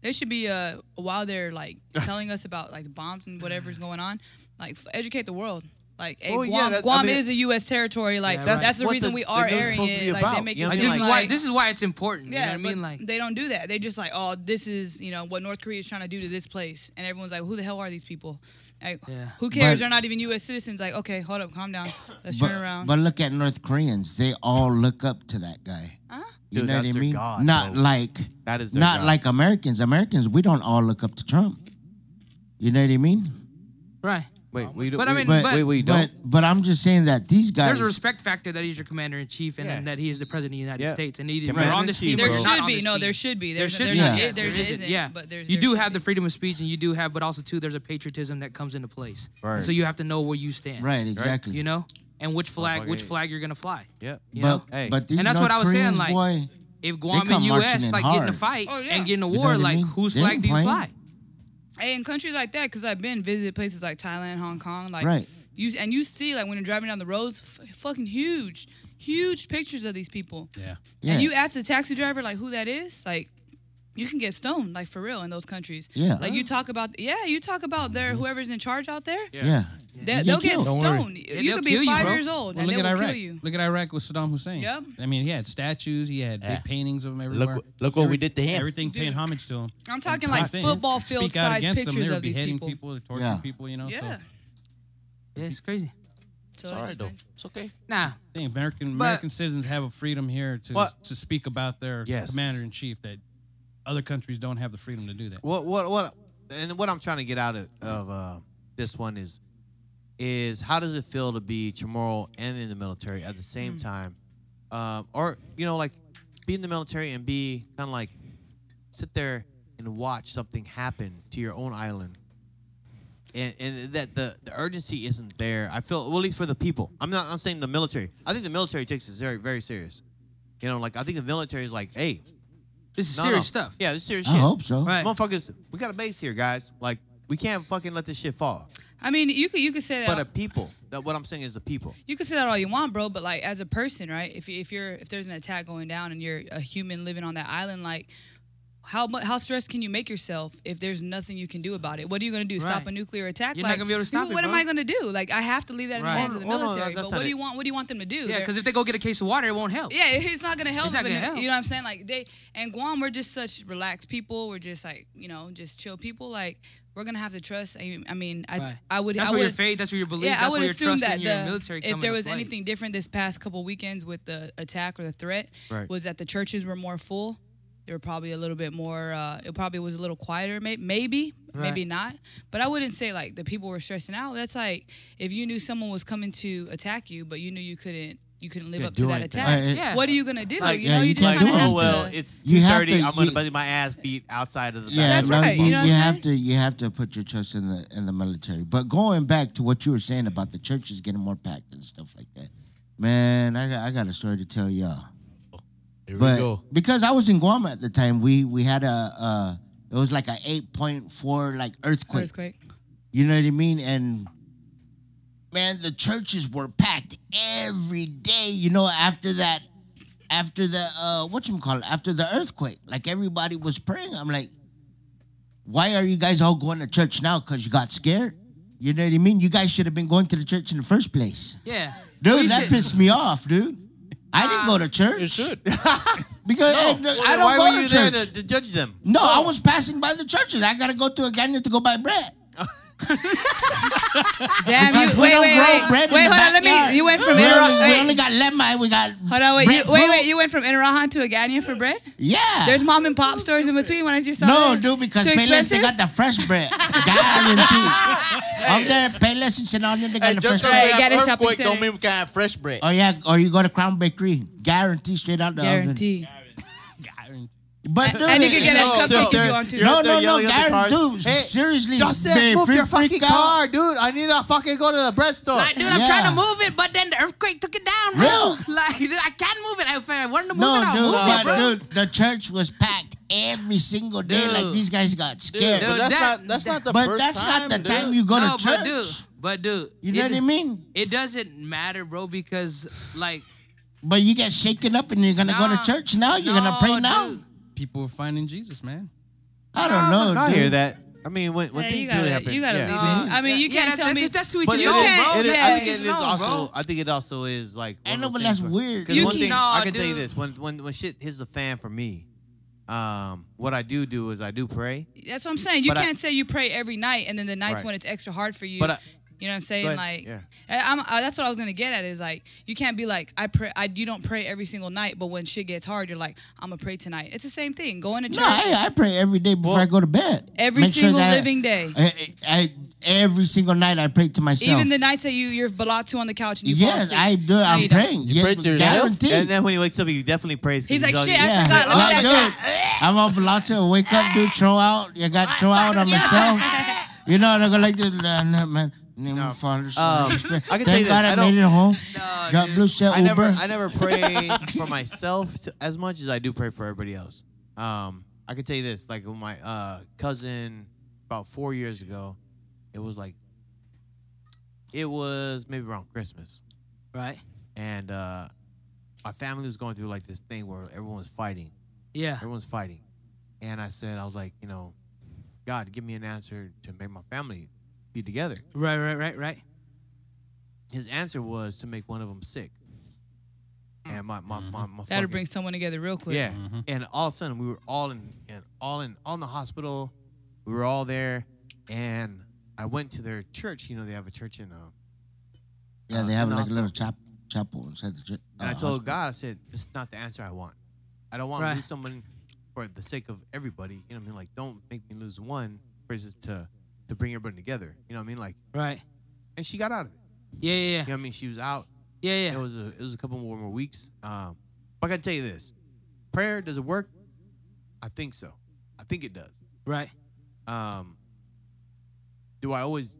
They should be uh while they're like telling us about like bombs and whatever's going on, like f- educate the world. Like hey,
Oh, yeah,
Guam,
that- I
Guam
mean-
is a U.S. territory. Like
Yeah,
that's,
right.
the
What
reason
the-
we are
the news is
airing
supposed to be
it. Like they
about,
make
you know
it
what
Like,
I'm
seem
this is
like
why this is why it's important. you know what I mean?
but
Like
they don't do that. They just like, oh, this is you know what North Korea is trying to do to this place, and everyone's like, who the hell are these people? Like,
Yeah.
who cares?
But-
They're not even U.S. citizens. Like, okay, hold up, calm down, let's
But,
turn around.
but look at North Koreans. They all look up to that guy. You
Dude,
know
that's
what I
their
mean?
god,
not
bro.
like
That is their
not
god.
like Americans. Americans, we don't all look up to Trump. You know what I mean?
right.
Wait, we don't.
But I mean,
wait,
but-
wait, we don't.
But, but I'm just saying that these guys.
There's a respect factor that he's your commander in chief and
Yeah.
that he is the president of the United
Yeah.
States. And either you're
Commander
on
in
this
chief,
team
bro.
or
there
you're
should
not on
be
this
no.
team.
There should be.
There
There's-
should be.
there's-
Yeah.
there-
Yeah,
there
there isn't.
isn't,
Yeah,
but there's-
you
there
do
should
have the
be.
freedom of speech, and you do have, but also too, there's a patriotism that comes into place.
Right.
So you have to know where you stand.
right, exactly.
You know, and which flag,
fucking
which
A.
flag you're gonna fly.
Yeah.
You know?
but,
Hey.
but these
And that's
North
what I was saying,
Koreans,
like,
boy,
If Guam
come
and
marching
U.S.
in
like get in a
hard.
fight
Oh, yeah.
and get in a
You know
war,
what I
like
mean?
whose
They
flag
ain't
do you
playing.
fly?
Hey, in countries like that, because I've been visited places like Thailand, Hong Kong, like
Right.
you and you see like when you're driving down the roads, f- fucking huge, huge pictures of these people.
Yeah.
yeah,
And you ask the taxi driver like who that is, like you can get stoned, like for real, in those countries.
Yeah.
Like you talk about, yeah, you talk about their whoever's in charge out there.
yeah.
They,
You
they'll
get
get
killed.
Don't worry.
stoned. you
they'll
could
kill you,
be five
bro.
years old
Well,
and
look
they
at
will
Iraq.
kill you.
Look at Iraq with Saddam Hussein.
Yep.
I mean, he had statues. He had
Yeah.
big paintings of him
Look
everywhere.
what- look what we did to him.
Everything paying
Dude.
homage to him.
I'm talking
Same
like
thing.
football
Speak out
field size
against them,
pictures
they were
of these
beheading
people.
people. they were torturing
Yeah.
people. You know,
Yeah.
so
Yeah, it's crazy.
So
It's all right though. It's okay.
Nah,
I think American
But-
American citizens have a freedom here to
What?
to speak about their
Yes.
commander in chief that other countries don't have the freedom to do that.
What what what and what I'm trying to get out of, of uh, this one is is how does it feel to be Chamorro and in the military at the same
Mm.
time, um, or you know like be in the military and be kind of like sit there and watch something happen to your own island. And, and that the, the urgency isn't there. I feel well, at least for the people. I'm not. I'm saying the military. I think the military takes it very very serious. You know, like I think the military is like, hey,
This is
No, no.
serious stuff.
Yeah, this is serious
I
shit.
hope so.
Right.
Motherfuckers, we got a base here, guys. Like, we can't fucking let this shit fall.
I mean, you could you could say that
But the people, that what I'm saying is the people.
you can say that all you want, bro, but like as a person, right? If you- if you're if there's an attack going down and you're a human living on that island, like how mu- how stressed can you make yourself if there's nothing you can do about it? What are you gonna do? Stop
Right.
a nuclear attack?
You're not
like,
gonna be able to stop
who-
it,
What am
bro.
I gonna do? Like I have to leave that in
Right.
the hands of the
Hold on, that's
military. but
not
what do
it.
you want? What do you want them to do?
Yeah,
They're-
because if they go get a case of water, it won't help.
yeah, it- it's not gonna help.
It's not
but
gonna
no-
help.
You know what I'm saying? Like they and Guam, we're just such relaxed people. We're just like you know, just chill people. Like we're gonna have to trust. I I mean, I
Right.
I would.
That's
I
where your
would-
faith, that's where your belief,
yeah,
that's
I
where your
would assume
trust
that
in your
the-
military come
if there
into
was
play.
anything different this past couple weekends with the attack or the threat,
Right.
was that the churches were more full. They were probably a little bit more. Uh, it probably was a little quieter, may- maybe, maybe not. But I wouldn't say like the people were stressing out. That's like if you knew someone was coming to attack you, but you knew you couldn't, you couldn't live
Couldn't
up to
do
that
anything.
attack.
Right, it-
What are you gonna do?
Like,
Oh, you
yeah,
know, you,
you
just
can't
kind
Like,
of have
do anything.
oh
to.
well, it's two
You have
thirty.
to-
I'm gonna
you-
get my ass beat outside of the.
Yeah,
That's
bathroom.
no,
right,
You,
you know what
you
I'm
have
saying?
to you have to put your trust in the in the military. But going back to what you were saying about the churches getting more packed and stuff like that, man, I got I got a story to tell y'all.
Here
But
we go.
because I was in Guam at the time, we we had a uh, it was like a eight point four like earthquake.
Earthquake.
You know what I mean? And man, the churches were packed every day. You know, after that, after the uh, what you call it, after the earthquake, like everybody was praying. I'm like, why are you guys all going to church now? Cause you got scared. You know what I mean? You guys should have been going to the church in the first place,
yeah.
dude.
You
that
should-
pissed me off, dude. I didn't go to church.
It should.
because
No,
I, I don't
why
go
were
to
you
church.
there to, to judge them?
No, I was passing by the churches. I gotta go to a canyon to go buy bread.
Damn
Because
you!
we
Wait, wait,
don't grow
wait,
bread
wait.
in
Hold
the
on. Let
backyard.
me. You went from
we,
Inra-
only, we
wait,
only got lemma. We got
Hold on. Wait,
bread
you, wait,
fruit.
wait. You went from Inarahan to Agania for bread.
yeah.
There's mom and pop stores in between. Why don't you sell
no,
that?
dude, because
Too
Payless they
expensive?
got the fresh bread. Guarantee. Up there, Payless and Sinaloa they got the fresh
Just
Right,
bread.
because we
get a
have
shopping
earthquake don't
center.
mean we can have fresh bread.
Oh yeah, or you go to Crown Bakery. Guarantee straight out the oven.
Guarantee.
But dude,
And you can get a
no,
cupcake
so
if you
they're-
want to.
you're
No,
out there
Oh, no, no,
yelling at the
Garen,
cars.
dude,
Hey,
seriously,
Joseph,
man,
move your
freak
fucking
out.
car, dude. I need to fucking go to the bread store.
Like, dude, I'm
Yeah.
trying to move it, but then the earthquake took it down, bro.
Yeah.
Like, dude, I can't move it. If I wanted to move
No,
it, I'll
dude,
move
but
it, bro.
dude, the church was packed every single day.
Dude.
Like these guys got
Dude,
scared.
but
Dude,
that's
that-
not that's not the
but
first
that's not the
dude.
time you go
no,
to church.
but dude, but dude,
You know
it-
what I mean?
It doesn't matter, bro, because like
But you get shaken up and you're gonna go
Nah.
to church now. You're gonna
no,
pray now.
dude.
People are finding Jesus, man.
I don't know.
I
dude.
hear that. I mean, when, when
Yeah, you
things
gotta,
really happen,
you gotta
yeah.
leave it. I mean, you
Yeah,
can't
that's,
tell me.
that's, that's to each
But
his
it
own,
is-
bro. That's
it is-
Yeah.
I
to
think
each
it
his
is
own,
also.
bro.
I think it also is like.
I
one of
know,
those
but
things
that's
where-
weird.
'cause
You
one
keep-
thing
Nah,
I can tell you
dude.
this: when when when shit hits the fan for me, um, what I do do is I do pray.
That's what I'm saying. You
But I-
can't say you pray every night and then the nights
Right.
when it's extra hard for you.
But I-
you know what I'm saying?
But-
like,
yeah.
I- I'm, I, that's what I was gonna get at is like, you can't be like, I pray. I, you don't pray every single night, but when shit gets hard, you're like, I'm gonna pray tonight. It's the same thing. Going to church.
No, I, I pray every day before I go to bed.
every single living day.
I, I, every single night I pray to myself.
even the nights that you you're balot to on the couch and you fall
yes,
asleep.
I do.
No,
I'm
you don't.
praying.
You
yes,
pray to yourself?
guaranteed.
And then when he wakes up, he definitely prays. 'cause
He's like,
all-
shit, I
yeah,
forgot. Let me
like,
back up.
dude, I'm up a lot to wake up, dude. Throw out. You got throw out on myself. You know, and I go like this, nah, nah, man. Name of Father, Son,
Um,
Holy Spirit.
I can
Thank
tell you this,
God
I
I,
don't-
made it home. God bless you,
I never,
Uber.
I never pray for myself t- as much as I do pray for everybody else. Um, I can tell you this: like with my uh, cousin, about four years ago, it was like, it was maybe around Christmas,
Right?
and uh, my family was going through like this thing where everyone was fighting,
Yeah.
everyone's fighting, and I said, I was like, you know, God, give me an answer to make my family be together.
Right, right, right, right.
His answer was to make one of them sick, and my my my, my
That'll
fucking-
bring someone together real quick.
Yeah, and all of a sudden we were all in, in all in, all in the hospital. We were all there, and I went to their church. You know, they have a church in. Uh,
Yeah, they
uh,
have
in the
like a
hospital.
little chap, chapel inside the church. Oh,
And I told God, I said, "This is not the answer I want. I don't want
Right.
to lose someone for the sake of everybody. You know what I mean? Like, don't make me lose one versus to to bring everybody together. You know what I mean? Like,
Right.
and she got out of it.
Yeah, yeah,
You
yeah.
know what I mean? She was out.
Yeah,
It
yeah.
was a it was a couple more more weeks. Um, but I gotta tell you this: prayer does it work? I think so. I think it does.
Right.
um, do I always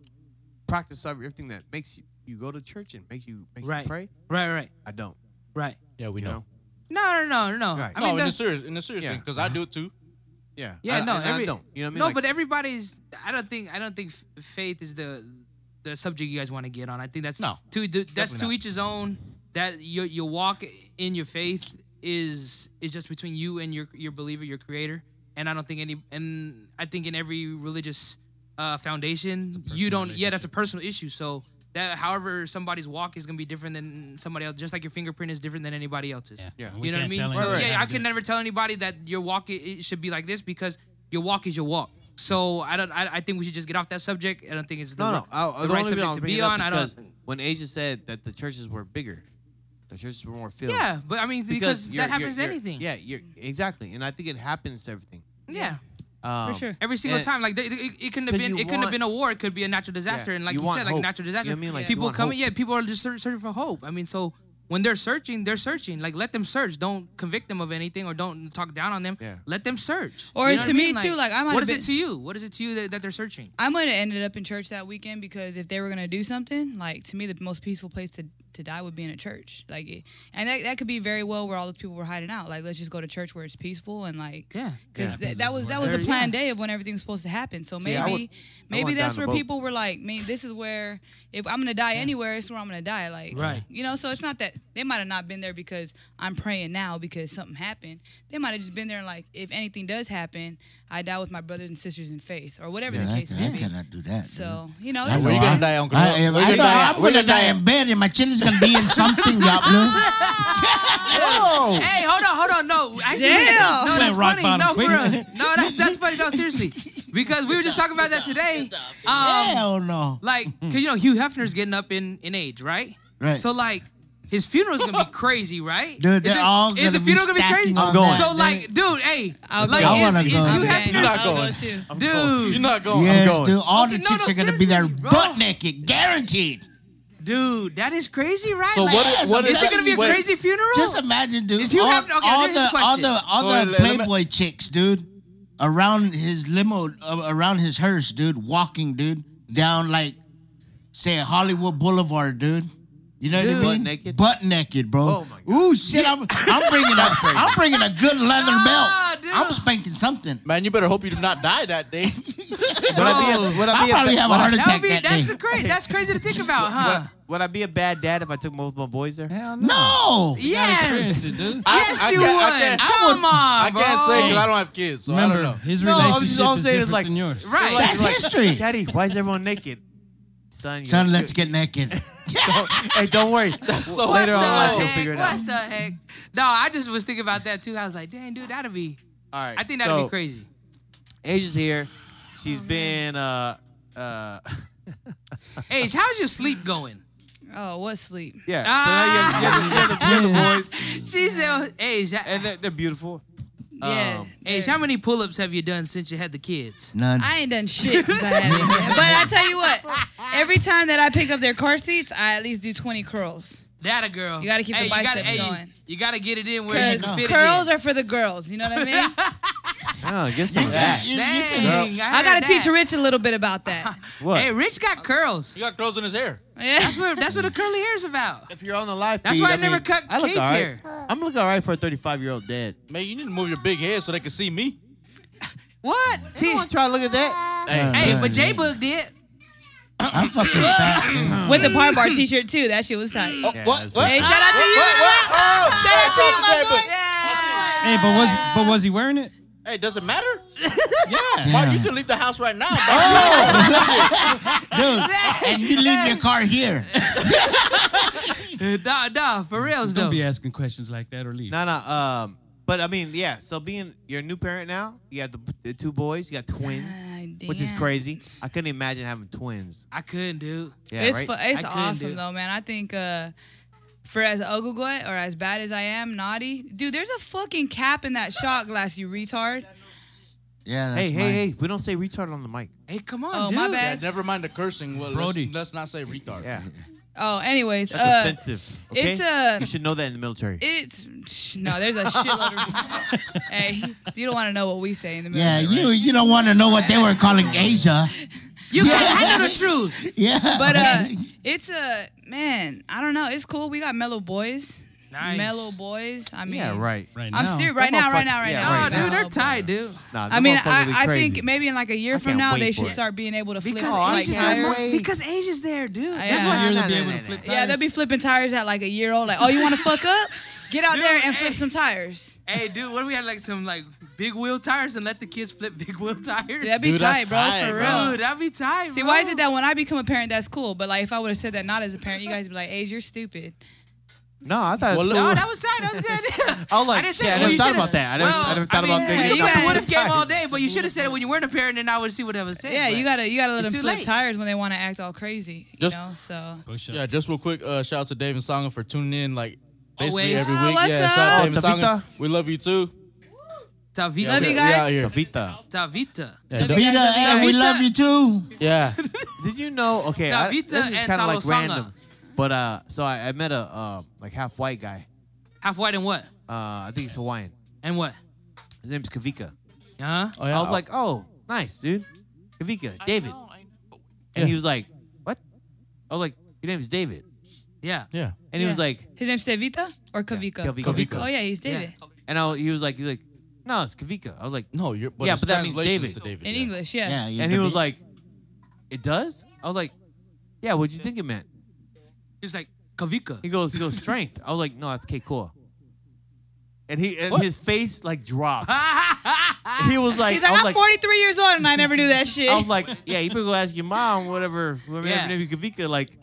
practice everything that makes you, you go to church and make you make
Right.
you pray?
Right, right,
I don't.
right.
Yeah, we
You
know.
know,
No, no, no, no.
Right.
I
no,
Oh,
mean,
in the
that's-
serious, in the serious
Yeah. Uh-huh.
thing, because I do it too.
Yeah.
yeah,
I-
no,
and
every-
I don't. You know what I mean?
No,
Like,
but everybody's. I don't think. I don't think f- faith is the the subject you guys want to get on. I think that's
No,
To the- that's
definitely
to
not.
each his own. That your your walk in your faith is is just between you and your your believer, your creator. And I don't think any. And I think in every religious uh, foundation, you don't. Yeah, that's a personal issue. So. That, however, somebody's walk is gonna be different than somebody else, just like your fingerprint is different than anybody else's.
Yeah.
We
You know what I
can't
mean?
tell
So,
anybody
yeah,
how to
I
do
can
it.
never tell anybody that your walk it, it should be like this because your walk is your walk. So I don't. I, I think we should just get off that subject. I don't think it's the,
No,
ri-
no. I,
the
the
right
only reason I
subject
was
to be
bringing it up
on.
is
I
because
don't.
when Asia said that the churches were bigger, the churches were more filled.
Yeah, but I mean because,
you're-
that happens to
you're- you're-
anything.
Yeah, you're, exactly. And I think it happens to everything.
yeah.
Um,
For sure.
Every single
And-
time, like they- it, it couldn't have
'Cause
been.
you
It couldn't have
want-
been a war. It could be a natural disaster.
Yeah,
and like
you
you,
want
said, like
hope.
natural
You know
disaster.
what I mean? Like, you
people
want
coming.
hope.
Yeah, people are just search- searching for hope. I mean, so when they're searching, they're searching. Like let them search. Don't convict them of anything or don't talk down on them.
Yeah.
Let them search.
Or
You know
to
what I
me,
mean?
too, like, I
What
might have
is
been-
it to you? What is it to you that, that they're searching?
I might have ended up in church that weekend because if they were gonna do something, like to me, the most peaceful place to, to die would be in a church. Like, it- and that, that could be very well where all those people were hiding out. Like, let's just go to church where it's peaceful and like,
Yeah.
because
Yeah.
that was that was a
Yeah.
planned day of when everything was supposed to happen. So maybe
I would- I
maybe
went
that's
down
where
the boat.
people were like, man, this is where if I'm gonna die anywhere, it's where I'm gonna die. Like,
Right.
You know, so it's not that they might have not been there because I'm praying now because something happened. They might have just been there and like, if anything does happen, I die with my brothers and sisters in faith or whatever
Yeah,
the
I,
case may
can, I
be.
cannot do that.
So you know,
dude. I
it's
know
you
just-
gonna
I-
die, Uncle
I,
Rob?
am-
Where
I
you
know
gonna die?
I'm
Where
gonna
you
die
die?
in bed, and my chili's gonna be in something, y'all blue.
Oh!
Hey, hold on, hold on. No, actually,
Damn.
no,
Playing
that's
rock
funny.
bottom
No, for
quick.
real. No, that's that's funny. No, seriously, because we were just talking about that today. Um,
Hell no.
like, cause you know Hugh Hefner's getting up in in age, right?
Mm-hmm. Right.
So like. His funeral's gonna be crazy, right?
Dude,
Is
they're all
is the
gonna be
funeral gonna be
stacking
crazy?
on I'm going.
So
that.
like, dude, hey,
I'll
like,
go.
I
is,
wanna
is
go.
Hugh
I'm
Okay.
Hefner's
You're not
I'll go
going.
too.
dude,
You're not going.
Yes,
going.
dude. All the
Okay, no,
chicks
no,
are gonna be there
seriously, bro.
butt naked, guaranteed.
dude, that is crazy, right?
So
like,
what?
yes,
Is, what
I'm
is,
is it
that-
gonna be a
wait,
crazy funeral?
Just imagine, dude.
Is Hugh
all,
Hefner- okay,
all
here's
the
the
all
question.
the all
Wait,
the
let- let me-
Playboy chicks, dude, around his limo, uh, around his hearse, dude, walking, dude, down like, say Hollywood Boulevard, dude. You know
Dude.
what I
Butt
mean?
naked?
Butt naked, bro.
Oh, my God.
Ooh shit! I'm, I'm bringing a I'm bringing a good leather belt.
Ah, dude.
I'm spanking something.
Man, you better hope you do not die that day.
Would I be a, would I
I
be a
probably
ba-
have a
would I-
that
heart
would
attack
be
that
that's
day.
a crazy that's crazy to think about,
would
huh?
I- Would I be a bad dad if I took both my boys there?
Hell
No,
Yes.
Yes, dude.
Yes,
I
you would.
can't- I can't-
Come on,
I
bro.
can't say because I don't have kids, so I
Remember,
don't know.
his
No, I'm just-
relationship
all I'm
is
saying is,
different
like-
than yours.
Right.
that's history.
Daddy, why is everyone naked? Son, you're
Son,
good.
let's get naked.
hey, don't worry.
what
Later
so
on,
the
in life,
heck?
you'll figure it
what
out.
the heck? No, I just was thinking about that too. I was like, dang, dude, that'd be.
All right.
I think that'd
so,
be crazy. Oh,
Asia's here. She's been uh uh
Age, how's your sleep going?
Oh, what sleep?
yeah.
Ah.
So now you have, you have, the- you
Ah.
have the boys,
She said, Age, h-
and they're, they're beautiful.
Yeah.
Age, how many pull ups have you done since you had the kids?
None.
I ain't done shit since I had it. But I tell you what, every time that I pick up their car seats, I at least do 20 curls.
That a girl.
You gotta keep the
Hey, you gotta,
biceps
hey,
going.
You gotta get it in where you
Because
can fit
curls
it in.
are for the girls, you know what I mean?
Ah,
Oh, get some of
Yeah,
that.
you- you
Dang,
can-
I,
I
heard
gotta
that.
teach Rich a little bit about that.
What?
Hey, Rich got curls.
He got curls in his hair.
Yeah.
That's what that's what the curly hair's about.
if you're on the live feed,
That's why I
mean,
never cut
I look
Kate's
all right.
hair.
I'm looking all right for a 35 year old dad.
Man, you need to move your big head so they can see me.
What?
You want to try to look at that?
Hey,
Hey, but J Book did.
I'm fucking fat. dude.
With the Par Bar t shirt, too. That shit was tight.
Oh.
what? What?
Hey, shout out to you.
What? What? Oh, shout out to J-Book.
Hey, but was but was he wearing it?
Hey, does it matter?
Yeah.
Mark, you can leave the house right now.
and you leave your car here.
Nah, nah, for reals
Don't
though.
be asking questions like that or leave.
No, no. Um, but I mean, yeah. So being you're a new parent now, you have the, the two boys, you got twins,
Ah,
which is
damn.
crazy. I couldn't imagine having twins.
I couldn't, dude.
Yeah,
it's
right?
fu- it's
I couldn't do
awesome
it.
though, man. I think uh, for as ogogoy or as bad as I am, naughty dude. There's a fucking cap in that shot glass, you retard.
Yeah. That's
hey, hey,
mine.
hey! We don't say retard on the mic.
Hey, come on,
Oh,
dude.
my
Yeah,
bad.
never mind the cursing. Well, let's,
Brody.
let's not say retard.
Yeah,
Oh, anyways,
that's
uh,
offensive. Okay,
it's a-
you should know that in the military.
it's no. There's a shitload. of... hey, you don't want to know what we say in the middle.
Yeah, you you don't want to know what they were calling Asia.
You can handle the truth.
Yeah.
uh, But uh, it's a man. I don't know. It's cool. We got mellow boys.
Nice.
mellow boys. I mean,
yeah, right.
Right now.
I'm serious. Right
That
now, right
motherfucker-
now, right
yeah,
now.
No,
right
dude,
now.
they're tight, dude.
Nah,
I
that
mean,
motherfucker be
I, I
crazy.
think maybe in like a year
I
from
can't
now they
wait
should
for it.
start being able to flip
Because
like
Asia's
can't
tires.
wait.
because Asia's there, dude.
Yeah.
That's why.
You'll
Nah,
be
nah,
able to
nah,
flip
Yeah, they'll
tires.
be flipping tires at like a year old. Like, oh, you want to fuck up? Get out there and flip
Dude,
some tires.
Hey, dude, what if we had like some like big wheel tires and let the kids flip big wheel tires?
That'd be
Dude,
tight,
that's
bro.
tight,
for
bro.
real.
Dude, that'd be tight.
See,
bro.
why is it that when I become a parent, that's cool, but like if I would have said that not as a parent, you guys would be like, "Age, you're stupid."
No, I thought.
Well,
No, Oh, that was tight. That was good.
Oh,
I was like,
I didn't say
shit, I
it.
never
You
thought
should've-
about that. I never,
Well,
I never thought
I mean,
about
yeah,
thinking.
you
about
got-
the
that.
what if game all day, but you should have said it when you weren't a parent, and I would see what I was saying.
Yeah, you gotta you gotta
it's
let them
too
flip
late.
tires when they want to act all crazy. You
Just-
know, so
Push-ups.
Yeah, just real quick, uh, shout out to Dave and Songa for tuning in like basically
Always.
every
Oh,
week.
what's
yeah, shout out
up?
Dave and
Oh, Tavita.
Songa. We love you too.
Tavita.
Yeah,
Love you
we
guys.
out here.
Tavita.
Tavita.
Yeah,
you
Vita,
guys.
hey, we
Vita.
love you too.
Yeah.
Did you know? Okay, I,
Tavita
this is
and
kind of like
Talosanga.
random, but uh, so I, I met a uh, like half white guy.
Half white and what?
Uh, I think he's Hawaiian.
And what?
His name's Kavika.
Huh?
Oh, yeah.
I was like, oh, nice, dude. Kavika, David. And he was like, what? I was like, your name's David.
Yeah.
yeah.
And he was like,
his name's Tevita or Kavika.
Kavika. Kavika.
Oh yeah, he's David
Yeah.
and I, he was like, he's like, no, it's Kavika. I was like,
No, you're but
Yeah,
it's
but that means David.
translations to David.
in
yeah.
English. Yeah.
Yeah,
and he was like, it does? I was like, yeah, what'd you think it meant?
He's like Kavika.
He goes, he goes, strength. I was like, no, that's Keikoa. And he and his face like dropped. he was like,
He's like,
I was
I'm
like,
43 years old and I never knew that shit.
I was like, yeah, you better go ask your mom, whatever, whoever
Yeah.
yeah. named you Kavika. Like,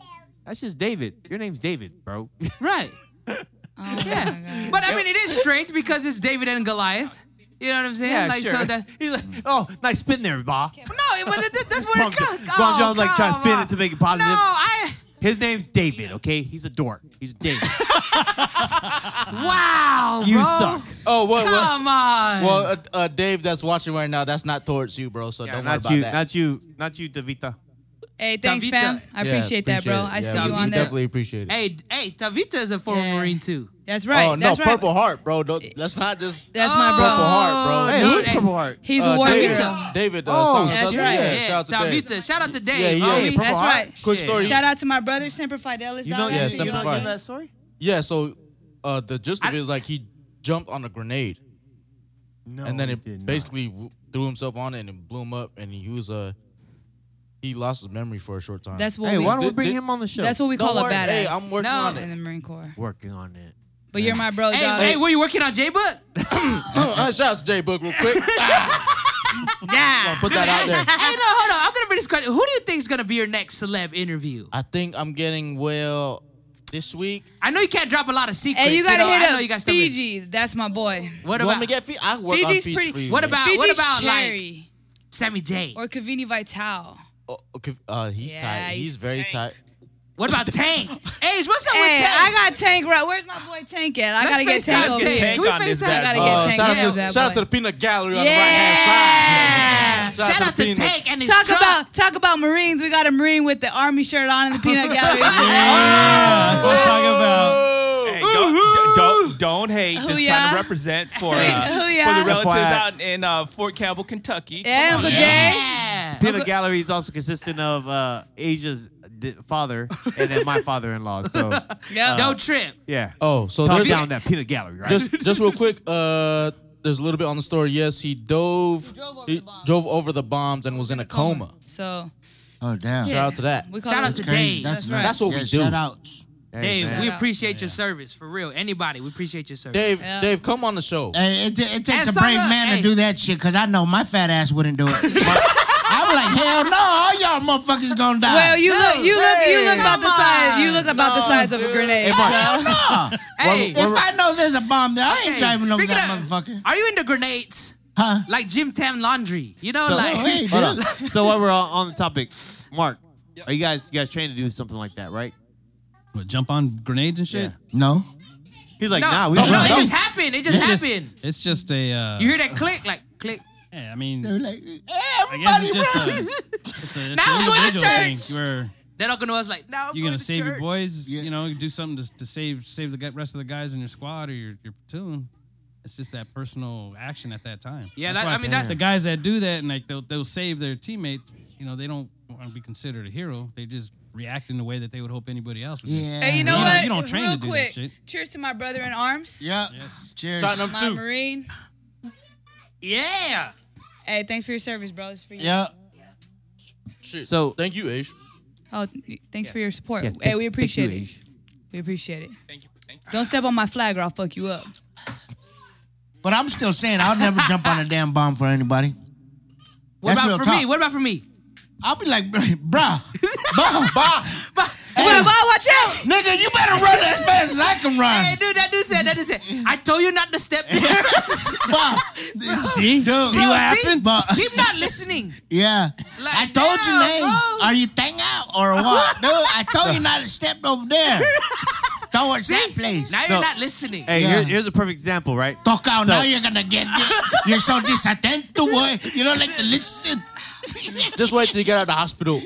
that's just David. Your name's David, bro.
right.
Oh, my
Yeah.
God.
But I mean, it is strength because it's David and Goliath. You know what I'm saying?
yeah,
like,
sure.
So that,
He's like, oh, nice spin there, Bob.
no, it, but it, that's where
Bomb
it comes.
Bomb John's like trying to spin it to make it
No,
positive.
I.
His name's David, okay? He's a dork. He's David.
Wow.
you
bro.
suck.
Oh, what? what?
Come on.
Well, uh, uh, Dave, that's watching right now, that's not towards you, bro. So
Yeah,
don't worry
not
about
you,
that.
not you, not you, Davita.
hey, thanks,
Tavita.
fam. I
Yeah,
appreciate that, bro.
it.
I
Yeah,
see
we-
you
we
on that.
Definitely appreciate it.
hey, d- hey, Tavita is a former
Yeah.
Marine too.
That's right.
oh no,
that's right.
Purple Heart, bro. Don't, let's not just
That's my bro.
Purple Heart, bro.
Hey,
no,
who's
hey.
Purple Heart?
He's
Uh,
a warrior.
David,
Tavita.
David, uh,
Oh,
Song of
that's
Southern-
right.
Yeah,
Yeah,
shout out to
Tavita.
Dave.
Shout out to
Yeah,
Dave. Oh,
yeah,
homie.
yeah, Purple
That's
Heart.
right.
Quick story.
Shout out to my brother, Semper Fidelis.
You know,
dog.
yeah,
you,
Semper
you, know, you
Fi.
know that story?
Yeah, so uh, the gist of
I-
it is like he jumped on a grenade
No,
and then it basically w- threw himself on it and it blew him up and he was uh he lost his memory for a short time.
That's what
Hey,
we.
why don't we
Did-
bring
did-
him on the show?
That's what we
Don't
call a
worry.
badass.
Hey, I'm working
No.
on
in the Marine Corps.
working on it.
But you're my bro,
Hey,
dog.
hey, were you working on J Book?
it. Uh, Shout out to J Book real quick.
yeah.
Put that out there.
hey, no, hold on. I'm gonna bring this question. Who do you think is gonna be your next celeb interview?
I think I'm getting well this week.
I know you can't drop a lot of secrets.
Hey, you gotta
know, I know you
hit up
got stuff in-
Fiji. That's my boy.
What
you want
about
me to get feet? I work
Fiji's
on feet
pretty-
for you.
what
man.
about
Fiji's
what about like
cherry
Sammy J?
or Kavini Vital?
Oh, okay, uh, he's
Yeah,
tight.
he's
He's, very
tight.
tight.
What about Tank? Age, what's up with
Hey,
Tank?
I got Tank right. Where's my boy Tank at? I gotta get
Let's FaceTime
Tank over
Tank.
here.
Can we
on this
FaceTime?
bad
I gotta
boy.
get
Uh,
Tank
shout
over
out,
that
to, shout out
boy.
to the peanut gallery on the right
Yeah.
hand side.
Shout out to
peanut.
Tank and his
Talk
truck.
about talk about Marines. We got a Marine with the army shirt on in the peanut gallery.
That's what I'm talking about.
Hey, don't, don't don't hate.
Who
Oh,
Just trying
ya?
to represent for
Oh,
Who
uh,
ya?
for the relatives
FYI.
out in uh, Fort Campbell, Kentucky.
yeah, Uncle Jay.
Yeah.
Dinner gallery is also consisting of uh, Asia's di- father and then my father-in-law. So
Yeah.
No trip.
yeah,
Oh, so
talk
there's
down that peanut gallery, right?
just just real quick. Uh, there's a little bit on the story. Yes, he dove. He
drove over the bombs.
drove over the bombs and was in a coma.
So
oh damn,
Shout out to that.
we call
Shout
it-
out to
crazy.
Dave.
That's,
That's
nice.
right.
That's what
yeah,
we do.
Shout outs.
Hey,
Dave,
man.
we
Shout out.
appreciate your service for real. Anybody, we appreciate your service.
Dave,
Yeah.
Dave, come on the show.
Hey, it, it takes
And
a brave
Sunga-
man
hey.
to do that shit because I know my fat ass wouldn't do it. I'm like, hell no, all y'all motherfuckers gonna die.
Well, you
No,
look, you look, you
hey,
look about the
come
size.
on.
You look about the
No,
size of a
dude.
grenade.
hell no.
hey,
if I know there's a bomb there, I ain't
hey,
driving over
speaking
that
of-
motherfucker.
Are you into grenades?
Huh?
Like Jim Tam Laundry. You know, like
Oh, hey,
Hold on.
dude.
so while we're on, on the topic, Mark, are you guys you guys trained to do something like that, right?
What, jump on grenades and shit?
Yeah.
No.
He's like,
no,
nah, we
no,
don't.
no,
know.
it just happened. It just
It's just-
happened.
It's just a. Uh,
You hear that click, like click.
yeah, I mean,
They're like, "Eh,
I guess
everybody
it's just a.
run.
It's a it's
Now
an
I'm going to
individual thing
church.
where
They're not gonna. I was like, now I'm
you're
going
gonna
to
save your
church.
boys.
Yeah.
You know, you do something to, to save save the gu- rest of the guys in your squad or your, your platoon. It's just that personal action at that time.
Yeah, that- I mean, that's-
the guys that do that, and like they'll they'll save their teammates. You know, they don't want to be considered a hero. They just react in the way that they would hope anybody else would. do.
Yeah.
Hey, you know
You don't-
what?
you don't train
Real
to do that
quick,
shit.
cheers to my brother in arms.
Yep.
Yes.
Cheers.
Shot number
My
two.
Marine.
Yeah.
Hey, thanks for your service, bro. It's for you.
Yep.
Shit.
So-
thank you, Ash.
Oh, thanks for your support.
Yeah,
hey,
thank-
we
thank
appreciate
you,
it.
Ash.
We appreciate it. Thank you. Don't step on my flag or I'll fuck you up.
But I'm still saying I'll never jump on a damn bomb for anybody.
What
That's real
about for
talk.
me? What about for me?
I'll be like, bruh, bruh, bruh,
But if I watch out,
nigga, you better run as fast as I can run.
Hey, dude, that dude said, that dude said, I told you not to step there.
Bah. See? See
Bro,
what
see?
happened? Bah.
Keep not listening.
Yeah.
Like,
I told you,
damn,
name.
bro.
Are you thing out or what? Dude, I told you not to step over there. Towards that place.
Now you're not listening.
Hey,
Yeah.
here- here's a perfect example, right?
Talk out.
So-
now you're going to get it. You're so disattento, boy. You don't like to listen.
Just wait till you get out of the hospital.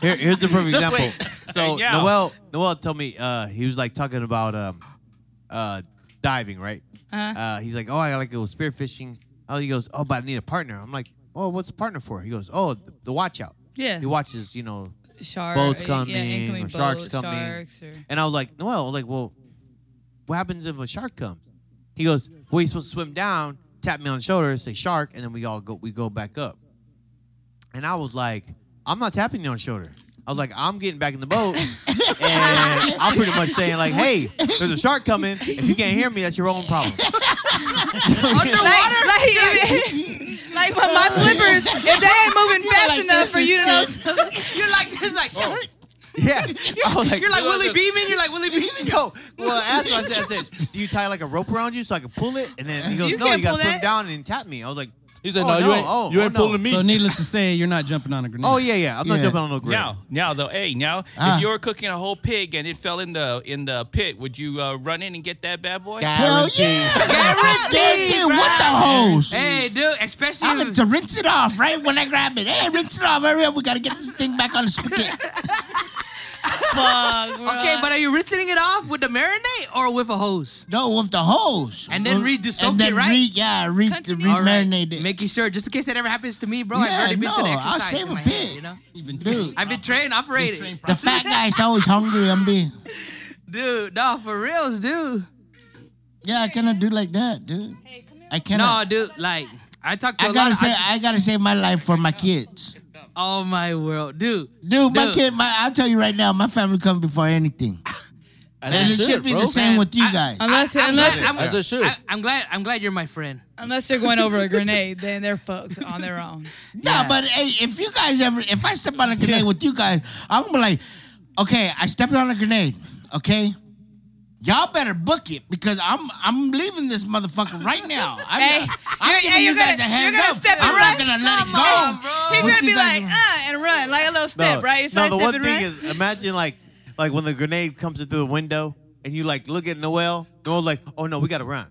Here, here's the perfect
Just
example.
wait.
So Noel, Noel told me uh, he was like talking about um, uh, diving, right? Uh-huh. he's like, oh, I like to go spearfishing. Oh, he goes, oh, but I need a partner. I'm like, oh, what's a partner for? He goes, oh, the, the watch out.
Yeah.
He watches, you know,
shark,
boats
yeah,
coming
incoming
or sharks
boats,
coming.
sharks or-
And I was like, Noel, I was like, well, what happens if a shark comes? He goes, well, you're supposed to swim down, tap me on the shoulder, say shark, and then we all go, we go back up. And I was like, I'm not tapping you on the shoulder. I was like, I'm getting back in the boat, and I'm pretty much saying like, hey, there's a shark coming. If you can't hear me, that's your own problem.
Oh, like, like, if- like my, my flippers, if they ain't moving fast
like
enough
this
for you to know,
is
You're like this, like, oh,
yeah, I was like,
you're like Willie Beeman. You're like Willie Beeman.
No, well, that's what I said. I said, do you tie like a rope around you so I can pull it? And then he goes,
You
no,
can't
you got
pull
to swim
that.
down and tap me. I was like,
He said,
Oh,
"No,
no.
you ain't,
Oh,
you
oh,
ain't
no.
pulling me."
So needless to say, you're not jumping on a grenade.
oh yeah, yeah, I'm not
Yeah.
jumping on no grill.
Now, now though, hey, now
Ah.
if you were cooking a whole pig and it fell in the in the pit, would you uh, run in and get that bad boy?
Hell yeah. Guaranteed. What the hose?
Hey, dude, especially
I'm
if-
to rinse it off right when I grab it. Hey, rinse it off. Hurry up. We got to get this thing back on the spigot.
okay, but are you rinsing it off with the marinade or with a hose?
No, with the hose.
And then
With-
re- just soak
and then
it, right?
Re, yeah, re,
Continue.
re-
All
right.
marinate it.
Making sure, just in case that ever happens to me, bro. I've
Yeah,
already been to the
no, I'll
exercise.
save
in
a
my
bit.
Head, you know,
Even
Dude.
I've been trained, operated,
The fat guy's always hungry. I'm being.
dude. No, for reals, dude.
Yeah, I cannot do like that, dude. I
No,
cannot.
dude. Like I talked to a
I
lot.
gotta
Of,
say,
I-
I, gotta save my life for my kids,
oh my world, dude.
dude. My
Dude.
kid, my I'll tell you right now, my family comes before anything,
As
and
they
it should be
bro.
the same with you guys.
Unless,
I'm glad,
unless,
I'm,
As I should.
I, am glad. I'm glad you're my friend.
unless they're going over a grenade, then they're fucked on their own.
No, but hey, if you guys ever, if I step on a grenade with you guys, I'm gonna be like, okay, I stepped on a grenade, okay. Y'all better book it because I'm I'm leaving this motherfucker right now. I'm,
Hey,
I'm
you're-
giving
hey,
you
you're
guys
gonna-
a
you're
heads
gonna
up.
step and
I'm not
run?
gonna let
Come
it go.
on, He's
Book
gonna
you
be like,
guys a-
uh, and run, like a little step, right? You
no,
start
the one
stepping,
thing
right?
is, imagine like like when the grenade comes in through the window and you like look at Noel. Noel's like, oh no, we gotta run.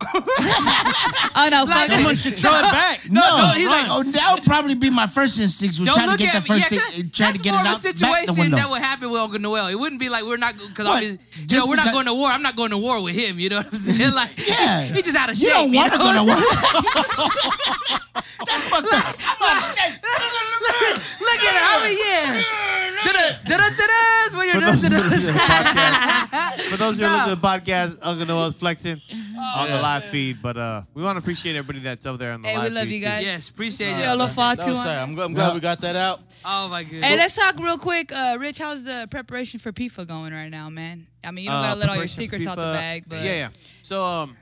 oh no, fuck it.
Someone should throw it back.
No,
don't- he's
he's
like-
like, oh, that would probably be my first instinct. Was
Don't
trying
look
to get
at
that
me.
first
Yeah,
thing,
that-
trying
that's
to get
more
it
of a
out back the
situation
window.
that would happen with Uncle Noel. It wouldn't be like we're not because
What?
obviously, you know,
Just
we're not
because-
going to war. I'm not going to war with him. You know what I'm saying? Like,
Yeah.
he just out of shape.
you don't want to
know?
go to work. That's fucked up. I'm upset.
Look at her. I mean, yeah. Da-da, da-da, da-da's when you're
For those who
done, da-da's.
listen to the podcast, for those who are
No.
listening to the podcast, Uncle Noel's flexing
Oh,
on the live feed. But uh, we want to appreciate everybody that's over there on the
Hey, we
live
love
feed.
you
too.
guys.
Yes, appreciate
Yo,
you.
lo fatu
That was
on-
tight. I'm, glad- I'm glad we got that out.
Oh my goodness.
Hey, let's talk real quick. Uh, Rich, how's the preparation for PIFA going right now, man? I mean, you don't
Uh,
gotta let all your
preparation for
secrets out the
FIFA.
bag, but
yeah, yeah. So um,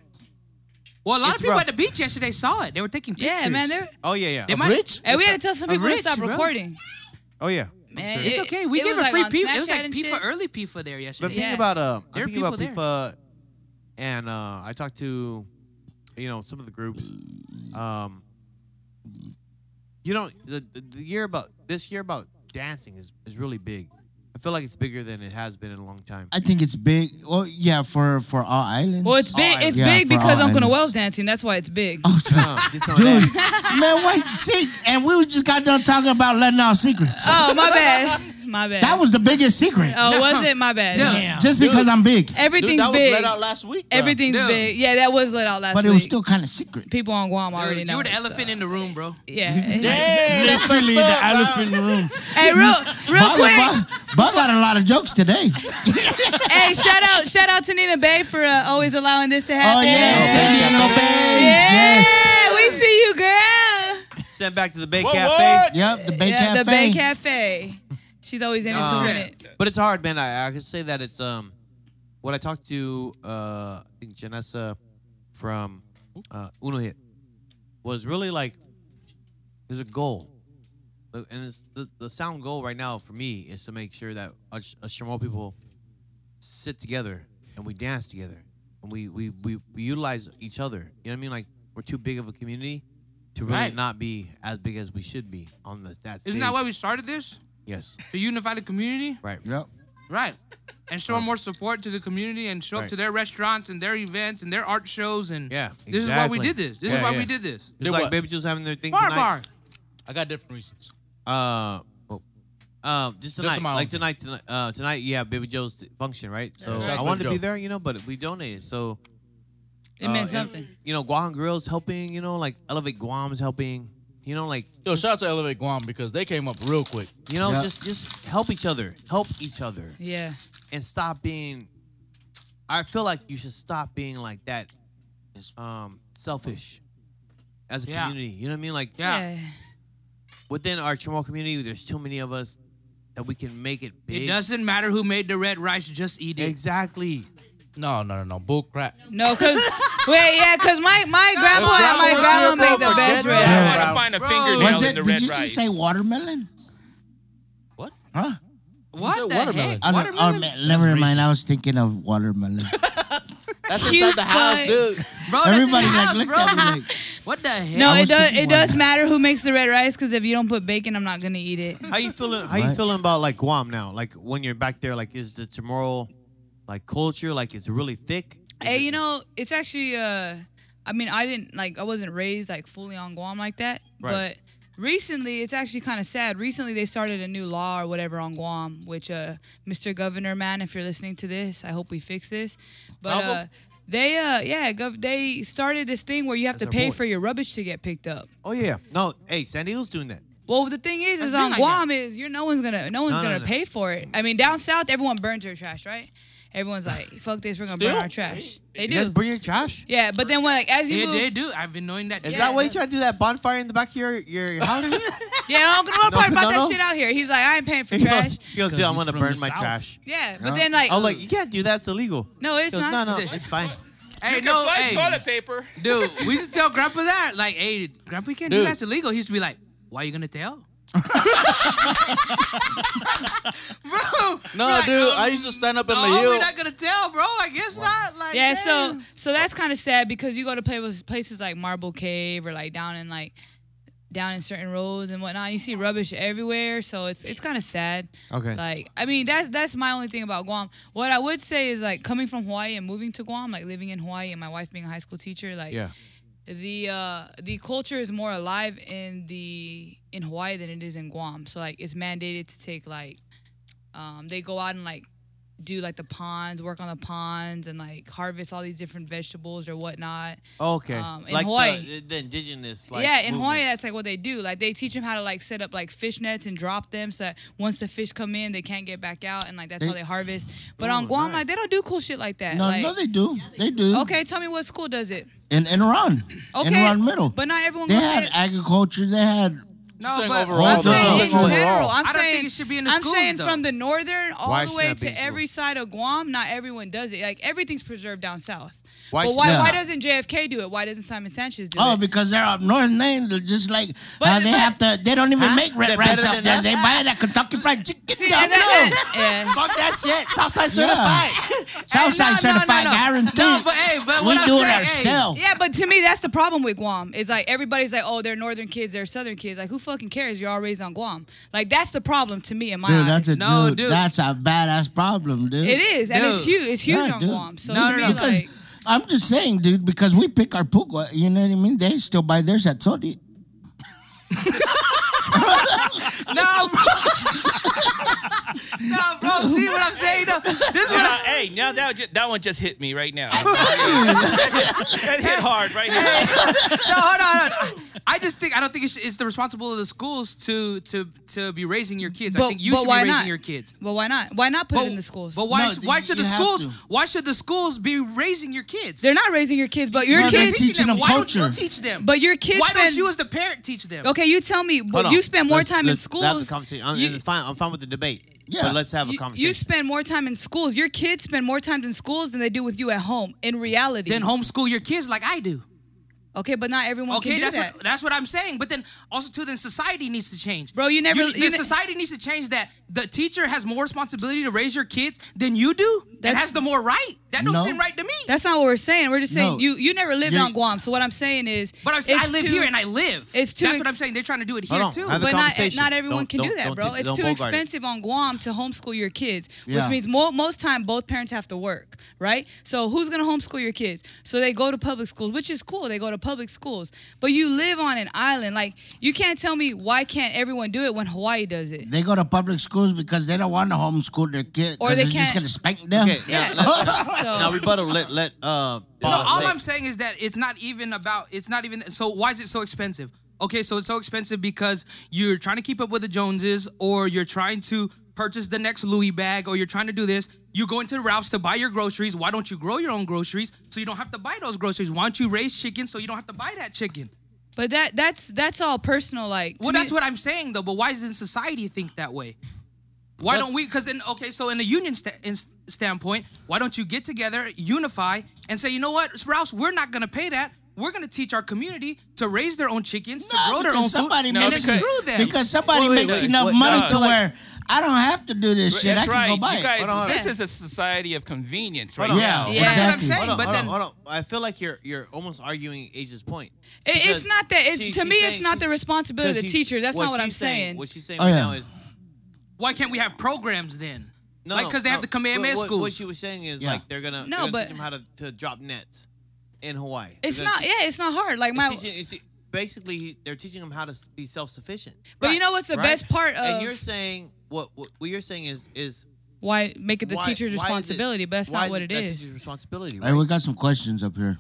Well, a lot
It's
of people
rough.
at the beach yesterday saw it. They were taking pictures.
yeah, man. They're,
oh yeah, yeah,
They might-
Rich?
hey, we had to tell some
I'm
people
rich,
to stop
bro.
recording.
oh yeah. I'm
Man,
sure.
It's
it-
okay. We
it
gave
was
a
like
free
on
PIFA. It was
Snapchat
like
and
PIFA,
shit.
early PIFA there
The
yesterday.
thing
Yeah.
about um, I
There are
think about
people
FIFA, and uh, I talked to, you know, some of the groups. Um, you know, the, the the year about this year about dancing is is really big. I feel like it's bigger than it has been in a long time.
I think it's big. Well, yeah, for for all islands. Oh,
Well, it's big.
Oh,
islands.
It's
Yeah,
big
for all Oh,
because Uncle
islands.
Noel's dancing. That's why it's big.
Uh, it's not
dude.
that.
man, wait, see, and we just got done talking about letting out secrets.
Oh, my bad. My bad.
That was the biggest secret.
Oh, was it? My bad.
Yeah.
Just because I'm big.
Dude,
Everything's
that was
big.
let out last week. bro.
Everything's
Yeah.
big. Yeah, that was let out last
But
week.
it was still kind of secret.
people on Guam already
Dude,
know.
you were the
it, so-
elephant in the room, bro.
Yeah.
Damn, that's
Literally
messed up,
the
bro.
elephant in the room.
Hey, real, real
Bug,
quick. Oh,
Bug, Bug got a lot of jokes today.
Hey, shout out, shout out to Nina Bay for uh, always allowing this to happen.
Oh, yes. San Diego Bay.
Yeah,
Yes.
we see you, girl.
Sent back to the Bay
What,
Cafe.
what?
Yep, the Bay
yeah,
Cafe.
the Bay Cafe. She's always in it
Oh.
to win it.
Um, But it's hard, man. I, I could say that it's um when I talked to uh I think Janessa from uh Uno Hit was really like there's a goal. Uh, And it's the, the sound goal right now for me is to make sure that us us Chamorro people sit together and we dance together and we, we, we, we utilize each other. You know what I mean? Like we're too big of a community to really
Right.
not be as big as we should be on the, that stage.
Isn't that why we started this?
yes,
To unify the community?
right.
Yep.
Right. And show more support to the community and show up
Right.
to their restaurants and their events and their art shows. And
Yeah,
this is why we
exactly.
did this. This
Yeah,
is why
yeah.
we did this.
Just
Did
like
what?
Baby Jules having their thing
Bar
tonight.
bar.
I got different reasons.
Uh, oh. um, just tonight,
my own
like
thing.
tonight, tonight, uh, tonight, yeah, Baby Joe's th- function, right? So
Exactly.
I wanted to be
Baby Joe.
there, you know, but we donated, so
It meant
and-
something.
you know, Guam Grill's helping, you know, like Elevate Guam's helping, you know, like
Yo, shout out to Elevate Guam because they came up real quick.
you know,
Yeah.
just just help each other, help each other,
Yeah.
and stop being. I feel like you should stop being like that, um, selfish, as a
Yeah.
community. You know what I mean? Like
Yeah.
within our Chamorro community, there's too many of us that we can make it big.
It doesn't matter who made the red rice, just eat it.
Exactly.
No, no, no, no. Bull crap.
No, cause wait, yeah, cause my my grandma and my grandma made the best
bro.
red.
I
rice.
want
Bro.
to find a
Bro.
fingernail
Was
in
it?
Oh, the
Did
red
you
rice.
just say watermelon?
What?
Huh?
What? The
watermelon.
heck?
I don't-
Watermelon?
Oh, man, never mind. I was thinking of watermelon.
That's
Cute
inside the house,
boy.
dude.
Bro, Oh, that's in
Everybody
the
like
house,
looked
bro.
at me like,
What the heck?
No,
I
it
was
does.
thinking
It does
watermelon.
matter who makes the red rice, cause if you don't put bacon, I'm not gonna eat it.
How you feeling? How you
Right.
feeling about like Guam now? Like when you're back there, like is the tomorrow, like culture, like it's really thick.
Hey, you know, it's actually. uh I mean, I didn't like. I wasn't raised like fully on Guam like that.
Right.
But recently, it's actually kind of sad. Recently, they started a new law or whatever on Guam, which, uh, Mr. Governor, man, if you're listening to this, I hope we fix this. But uh, they, uh, yeah, gov- they started this thing where you have to
our
pay
boy.
for your rubbish to get picked up.
Oh yeah, no. Hey, San Diego's doing that.
Well, the thing is, is
been
on
like
Guam is you're no one's gonna no one's
No, no,
gonna
no.
pay for it. I mean, down south, everyone burns their trash, right? Everyone's like, "Fuck this, we're gonna burn our trash." They
You guys
do,
bring your trash.
yeah. But then when like as you
Yeah,
move,
they do. I've been knowing that.
Is
Yeah.
that why you try to do that bonfire in the back of your your house?
yeah, I'm gonna talk
No,
about
no,
that
no.
shit out here. He's like, "I ain't paying for
he
trash."
goes, he goes, dude, I'm gonna
from
burn
the
my
south.
trash.
Yeah, but then like,
I'm like, you can't do that. It's illegal.
no, it's
He goes,
not.
no, no,
Is it-
it's fine.
Hey,
No,
no, hey,
toilet paper.
dude, we used to tell Grandpa that. Like, hey, Grandpa, you can't do
Dude.
that's illegal. He used to be like, why are you gonna tell? bro,
No,
we're like,
dude. I
um,
used to stand up in the
oh,
hill.
we're not gonna tell, bro. I guess not. Like,
Yeah,
damn.
so so that's kind of sad because you go to play with places like Marble Cave or like down in like down in certain roads and whatnot. You see rubbish everywhere, so it's it's kind of sad.
Okay.
Like I mean, that's that's my only thing about Guam. What I would say is like coming from Hawaii and moving to Guam, like living in Hawaii and my wife being a high school teacher, like
Yeah.
the uh the culture is more alive in the in Hawaii than it is in Guam. So like it's mandated to take like um they go out and like do like the ponds, work on the ponds and like harvest all these different vegetables or whatnot.
Okay.
Um, in
like
Hawaii.
The, the indigenous. Like,
yeah, in Hawaii
movement.
that's like what they do. Like they teach them how to like set up like fish nets and drop them so that once the fish come in they can't get back out and like that's how they harvest. But on Guam like they don't do cool shit like that.
Oh, no,
like,
no, they do. They do.
okay, tell me what school does it.
In, in Iran.
Okay.
In Iran Middle.
But not everyone
they
goes
had agriculture. They had.
no,
saying
but
overall,
I'm
though.
saying-
saying
No, no, no.
in general. I'm
I don't
saying
think it should be in the
I'm
schools,
saying
though.
from the northern all
Why
the
should
way
that be in
to every
schools?
side of Guam. Not everyone does it. Like everything's preserved down south.
Why
but
should
why,
that
why
be?
doesn't JFK do it? Why doesn't Simon Sanchez do
Oh,
it?
because they're up north, and they they're just like
But
uh,
it's
they
like-
have to. They don't even make red
They're
rice
better
up
than
there.
us?
They buy that Kentucky Fried Chicken.
See,
down
and that- yeah.
Fuck that shit. Southside
Yeah.
certified.
Southside
no, no,
certified
no, no.
guarantee.
No, but hey, but
we
what I'm
do it
saying, hey,
ourselves.
Yeah, but to me, that's the problem with Guam. It's like everybody's like, oh, they're northern kids, they're southern kids. Like, who fucking cares? You're all raised on Guam. Like, that's the problem to me in my
Dude,
eyes.
that's a
No,
dude,
dude.
That's a badass problem, dude.
it is, and it's
Dude.
huge. It's huge
Yeah,
on
dude.
Guam. So
No, no,
to me,
no.
Because
like,
I'm just saying, dude. Because we pick our pugwa, you know what I mean. They still buy theirs at Sodi.
No, bro. Nah, bro, see what I'm saying? though? This is what I,
Uh, hey, now that ju- that one just hit me right now. that hit hard right here.
no, hold on, hold on. I, I just think I don't think it's, it's the responsibility of the schools to to to be raising your kids. I
But-
think you
but
should be
why
raising
not?
your kids.
But why not? Why not put it in the schools?
But why
No,
why
you-
should the
you have
schools
to.
why should the schools be raising your kids?
They're not raising your kids, but your
No, they're
kids.
teaching them
Why don't you
culture.
teach them?
But your kids
Why don't
spend-
you as the parent teach them?
Okay, you tell me.
Hold
But
on.
you spend more
Let's-
time in
let's-
schools.
That's a conversation. I'm,
You-
it's fine. I'm fine with the debate.
Yeah.
But let's have a
you-
conversation.
you spend more time in schools. Your kids spend more time in schools than they do with you at home. In reality,
Then homeschool your kids like I do.
Okay, but not everyone
Okay,
can do
that's
that.
what that's what I'm saying. But then also too, then society needs to change.
Bro, you never-
the
you ne-
society needs to change that the teacher has more responsibility to raise your kids than you do, and
That's-
has the more right. That don't
No.
seem right to me.
That's not what we're saying. We're just saying
No.
you you never lived
You're-
on Guam. So what I'm saying is,
but I'm, saying I live here and I live.
it's too
That's what
ex-
I'm saying. They're trying to do it
Hold
here
on,
too.
I have a
But not
conversation.
not everyone
Don't-
can
don't-
do that,
don't
bro.
take-
it's
don't
too
bogart it.
expensive on Guam to homeschool your kids, which
Yeah.
means mo- most time both parents have to work, right? So who's gonna homeschool your kids? So they go to public schools, which is cool. They go to public schools, but you live on an island. Like you can't tell me why can't everyone do it when Hawaii does it?
They go to public schools because they don't want to homeschool their kid.
Or
'cause
they
they're
can't-
just gonna spank them.
Okay, now,
Yeah.
let,
So-
now rebuttal. Let let uh.
No,
Paul,
all
let-
I'm saying is that it's not even about. It's not even. So why is it so expensive? Okay, so it's so expensive because you're trying to keep up with the Joneses, or you're trying to purchase the next Louis bag, or you're trying to do this. You go into Ralph's to buy your groceries. Why don't you grow your own groceries so you don't have to buy those groceries? Why don't you raise chicken so you don't have to buy that chicken?
But that that's that's all personal. Like to
Well,
me-
that's what I'm saying though. But why doesn't society think that way? Why don't we? Because in okay, so in the union sta- in s- standpoint, why don't you get together, unify, and say, you know what, Ralphs, we're not gonna pay that. We're gonna teach our community to raise their own chickens, to
No,
grow their
because
own food,
somebody
and
makes
then
it-
screw them.
Because somebody
Wait, wait,
makes
wait,
enough
wait,
money
no,
to
like-
where I don't have to do this shit. I
That's
can
right.
go buy
You
it.
guys,
Hold on, hold
this
on.
is a society of convenience
Hold
right
on.
yeah,
Yeah.
That's what I'm
exactly.
saying.
Hold on,
but
hold
then
on, hold on. I feel like you're you're almost arguing Asia's point.
It- it's
Because
not that- it's- to
she's
me, it's not the
she's-
responsibility of the
because she's-
teacher. That's not what
she's
I'm saying.
What she's saying
Oh,
right
yeah.
now is
why can't we have programs then?
no,
Like,
no,
'cause they have the
no.
command
What-
man
what- What
schools.
she was saying is
Yeah.
like they're gonna,
No,
they're gonna
but-
teach them how to, to drop nets in Hawaii. They're
It's
gonna
not.
teach-
Yeah, it's not hard. Like
it's
my.
teaching- it's- basically, they're teaching them how to s- be self sufficient.
but you know what's the best part of
And you're saying what what what you're saying is is
why make it the
why-
teacher's
why is it-
responsibility, but that's
why
not what
it
it
that
is.
teacher's responsibility.
Hey, we got some questions up here.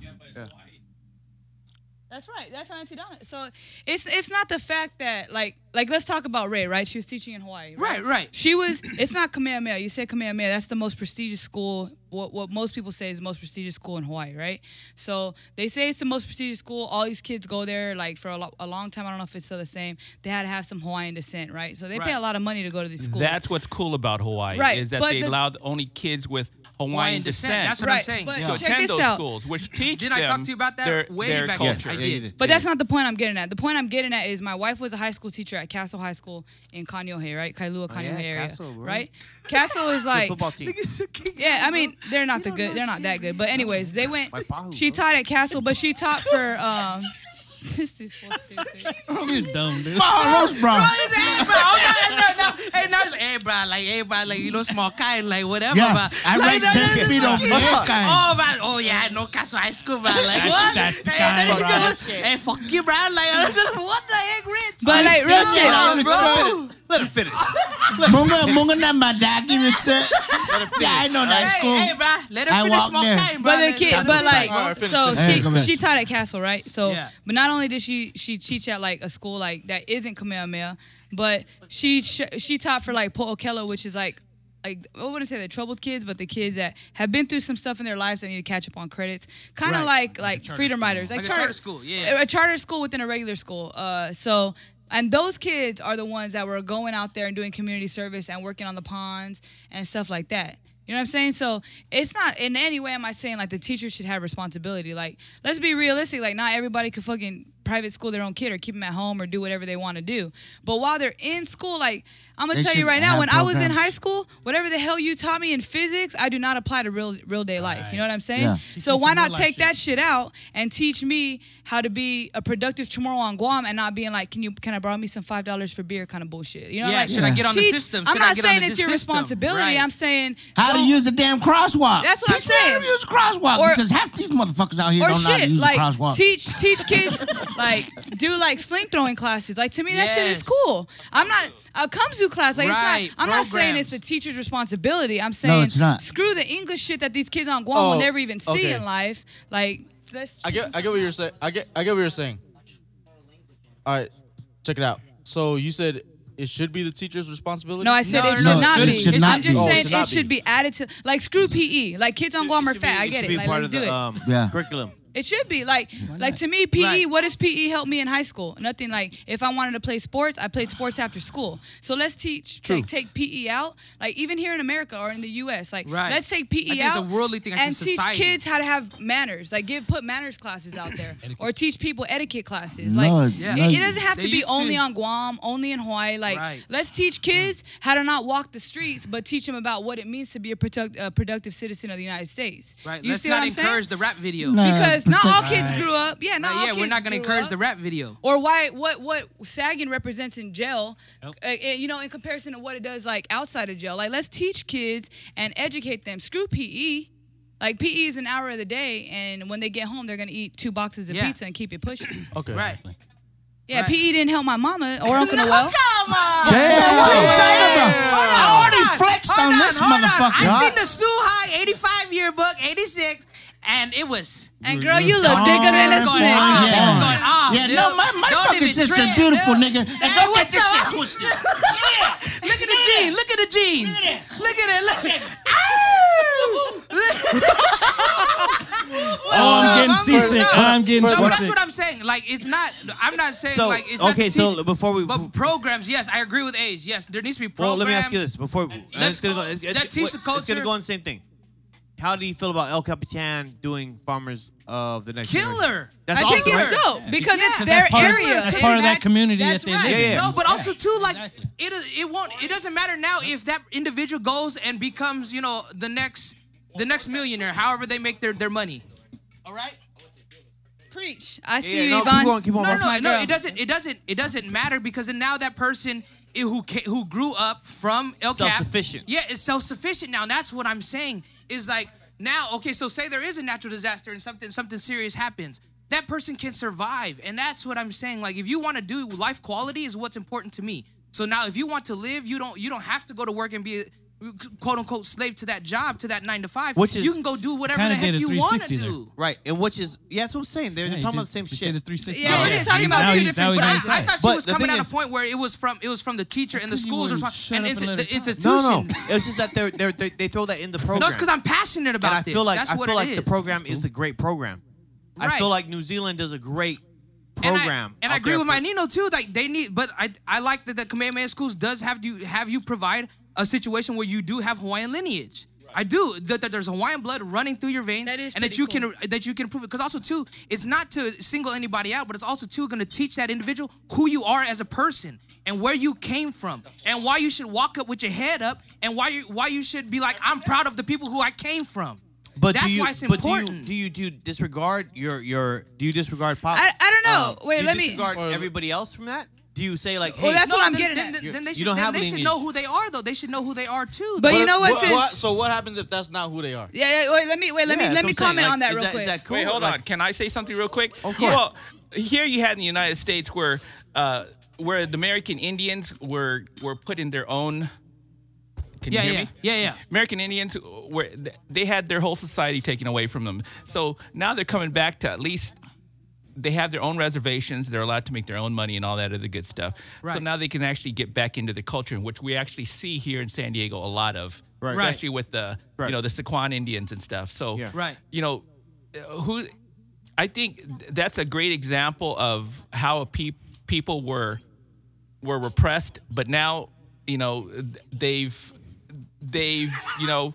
That's right. That's Auntie Donna. So it's it's not the fact that like like let's talk about Ray, right? She was teaching in Hawaii.
Right, right.
She was. It's not Kamehameha. You said Kamehameha. That's the most prestigious school. What what most people say is the most prestigious school in Hawaii, right? So they say it's the most prestigious school. All these kids go there like for a, lo- a long time. I don't know if it's still the same. They had to have some Hawaiian descent, right? So they pay
Right.
a lot of money to go to these schools.
That's what's cool about Hawaii
Right,
is that
but
they
the-
allowed only kids with Hawaiian,
Hawaiian descent,
descent,
that's what I'm
right.
saying.
But
to
check
attend
this
those
out.
schools, which teach
Didn't I talk
them
to you about that
their,
way
their
back then?
culture.
I did.
But that's not the point I'm getting at. The point I'm getting at is my wife was a high school teacher at Castle High School in Kaneohe, right? Kailua, Kaneohe
Oh, yeah,
area,
Castle, bro.
right? Castle is like
football team.
yeah, I mean, they're not the good. They're not that good. But anyways, they went.
Pahu,
She
bro.
taught at Castle, but she taught for. um this is
You're dumb, dude.
Oh, those bro.
Hey, bro, oh, no, no, no. Hey, now it's like, hey, bro, like, hey, bro, like, you know, small kind, like, whatever,
Yeah,
bro.
I
like,
rate
no, no,
ten
no,
speed
no,
of
yeah.
that kind.
Oh, man, oh, yeah, no Castle High School, bro. Like, what?
that
hey,
kind,
that
bro.
is good. Hey, fuck you, bro. Like, what the heck, Rich?
But like real shit.
Yeah,
Let
bro.
him Munga, munga na madagi nitse. Yeah, I know that school.
Hey, hey, bro, let
I
her finish
walked
small
there.
kind, bro.
But the
Let-
kid, but like, so
Hey, come
she
here.
she taught at Castle, right? So,
Yeah.
but not only did she she teach at like a school like that isn't Kamehameha, but she sh- she taught for like Po'okelo, which is like like I wouldn't say the troubled kids, but the kids that have been through some stuff in their lives that need to catch up on credits, kind of
Right.
like like, freedom riders, like,
Like a charter school, yeah.
a- a charter school within a regular school. Uh, so. And those kids are the ones that were going out there and doing community service and working on the ponds and stuff like that. You know what I'm saying? So it's not in any way am I saying like the teacher should have responsibility. Like let's be realistic. Like not everybody could fucking private school their own kid or keep them at home or do whatever they want to do. But while they're in school, like I'm gonna
They
tell you
should
right now,
have
when I was in
programs.
high school, whatever the hell you taught me in physics, I do not apply to real real day life. You know what I'm saying?
Yeah.
So
me
why
some
not
real life
take
shit.
that shit out and teach me how to be a productive tomorrow on Guam and not being like, can you can I borrow me some five dollars for beer kind of bullshit? You know,
Yeah,
like
should I get on the
teach-
system?
I'm
Should I
not
get on
saying
the
it's your
system?
responsibility.
Right.
I'm saying
How to
don't-
use the damn crosswalk.
That's what I'm
Teach me how
saying.
to use crosswalk
Or-
because half these motherfuckers out here
or
don't know how to
shit
use
like
the crosswalk.
teach teach kids Like, do like sling throwing classes. Like to me, that shit
Yes.
is cool. I'm not a kumzu class. Like
Right,
it's not. I'm not saying it's
programs.
a teacher's responsibility. I'm saying
it's not.
Screw the English shit that these kids on Guam will
Oh,
never even see
okay.
in life. Like, let's.
I get I get what you're saying. I get I get what you're saying. All right, check it out. So you said it should be the teacher's responsibility.
No, I said
No,
it
no,
should
no, it
not
should-
be.
it should
not
I'm just
be.
Oh, it
saying
should
it
not
should be added to like screw PE. Like kids on Guam are fat. I get it. Like let's do it.
um,
Yeah.
curriculum.
It should be like like to me PE.
Right.
What does PE help me in high school? Nothing. Like if I wanted to play sports, I played sports after school. So let's teach take, take PE out. Like even here in America or in the U.S. Like
Right.
let's take
I
PE
think it's
out.
a worldly thing. I
and
see
teach
society.
kids how to have manners. Like give put manners classes out there or teach people etiquette classes.
No,
like
Yeah.
it,
no,
it doesn't have
they
to be
used to.
only on Guam, only in Hawaii. Like
Right.
let's teach kids how to not walk the streets, but teach them about what it means to be a product, uh, productive citizen of the United States.
Right.
You
Let's
see
not
what I'm saying?
encourage the rap video.
No.
Uh,
because not all
Right.
kids grew up. Yeah, not
Right,
all
yeah,
kids
we're not gonna
grew
encourage
up.
the rap video.
Or why? What? What? Sagging represents in jail, uh, and, you know, in comparison to what it does like outside of jail. Like, let's teach kids and educate them. Screw PE. Like PE is an hour of the day, and when they get home, they're gonna eat two boxes of
Yeah.
pizza and keep it pushing.
Okay.
Right.
Yeah,
Right.
PE didn't help my mama or Uncle Noel.
What are you talking about? I already flexed on this
I
motherfucker.
seen the Sue High 85 year book, 86, and it was.
And girl, you look bigger than a
What's going on?
snake.
Yeah.
What's going on?
yeah,
dude?
no, my, my
Don't
fucking
even
sister
trip,
beautiful,
dude.
nigga. And
Hey,
don't get
what's
this shit
up?
twisted.
Look at the jeans. Look at the jeans. Look at it. Look.
Oh, I'm getting seasick. I'm getting
Um, No, but that's
seasick.
what I'm saying. Like, it's not. I'm not saying
So
like it's not.
okay,
teach-
so before we,
but programs. Yes, I agree with age. Yes, there needs to be
well,
programs.
let me ask you this before
Let's
it's gonna go.
go-
It's, it's,
that teach the
wait, it's gonna
culture.
go on the same thing. How do you feel about El Capitan doing Farmers of the Next Generation?
Killer.
That's
I
awesome,
think it's
right?
dope because it's
Yeah.
their
That's part of-
area.
that's part of that community
That's
that they
right.
live in.
Yeah, yeah.
No, but also too like
Exactly.
it it won't it doesn't matter now if that individual goes and becomes, you know, the next the next millionaire, however they make their their money. All right?
Preach. I see
Yeah,
you,
no, keep
Yvonne.
going, keep going,
No,
That's
no,
my
no,
girl.
it doesn't it doesn't it doesn't matter because then now that person i- who ca- who grew up from El Cap-
Self-sufficient.
Yeah, is self-sufficient now. That's what I'm saying is like now okay, so say there is a natural disaster and something something serious happens. That person can survive. And that's what I'm saying. Like if you want to do life quality is what's important to me. So now if you want to live, you don't you don't have to go to work and be a quote unquote slave to that job to that 9 to 5.
Which is-
you can go do whatever the
Kinda
heck
did a
you want to
360 there.
do.
Right, and which is yeah, that's what I'm saying. They're,
Yeah,
they're
he
talking
did-
about the same
he
shit.
did a 360.
Yeah, we're
yeah.
just talking
Now
about two
he's-
different
now
But I,
he's
classes.
I thought she
But
was
the
coming
thing
at a
is-
point where it was from it was from the teacher and the
Because you
schools
wouldn't
responsible
shut
and
up
it's
and let
the
her talk.
institution.
no, no, it's just that they're, they're, they they throw that in the program.
No, it's because I'm passionate about
and I
this.
feel like
That's
I
what
feel
it
like the
is.
program is a great program. I
Right.
feel like New Zealand does a great
And I-
program.
And I,
out
agree
there
with
for-
my Nino too. Like they need, but I I like that the Kamehameha schools does have you have you provide a situation where you do have Hawaiian lineage. I do that, that there's Hawaiian blood running through your veins,
That is
and that
pretty
you can that you can prove it. Because also too, it's not to single anybody out, but it's also too going to teach that individual who you are as a person and where you came from and why you should walk up with your head up and why you why you should be like I'm proud of the people who I came from.
But
That's
do you,
why it's
but
important.
Do you, do you do you disregard your your do you disregard pop? Um,
I- I don't know. Wait,
do
let
you
me-
disregard everybody else from that. Do you say like, hey,
Well, that's what I'm
then,
getting
then,
at.
Then, then they
You
should,
don't
then
have
they should
lineage.
know who they are though. They should know who they are too.
But you know what? Since
so what happens if that's not who they are?
Yeah, yeah, wait, let me wait, let
Yeah,
me
that's
let
what
me
I'm saying.
comment
Like,
on that
is
real
that- is
quick.
that cool?
Wait, hold
Like,
on. Can I say something real quick?
Of course.
Well, here you had in the United States where uh, where the American Indians were were put in their own. Can
yeah,
you hear
yeah,
me?
yeah, yeah.
American Indians were they had their whole society taken away from them. So now they're coming back to at least they have their own reservations. They're allowed to make their own money and all that other good stuff. So
Right.
now they can actually get back into the culture, which we actually see here in San Diego a lot of,
Right. Right.
especially with the
Right.
you know the Sequan Indians and stuff. So
Yeah.
Right.
you know uh, who I think th- that's a great example of how a peop people were were repressed, but now you know th- they've they've you know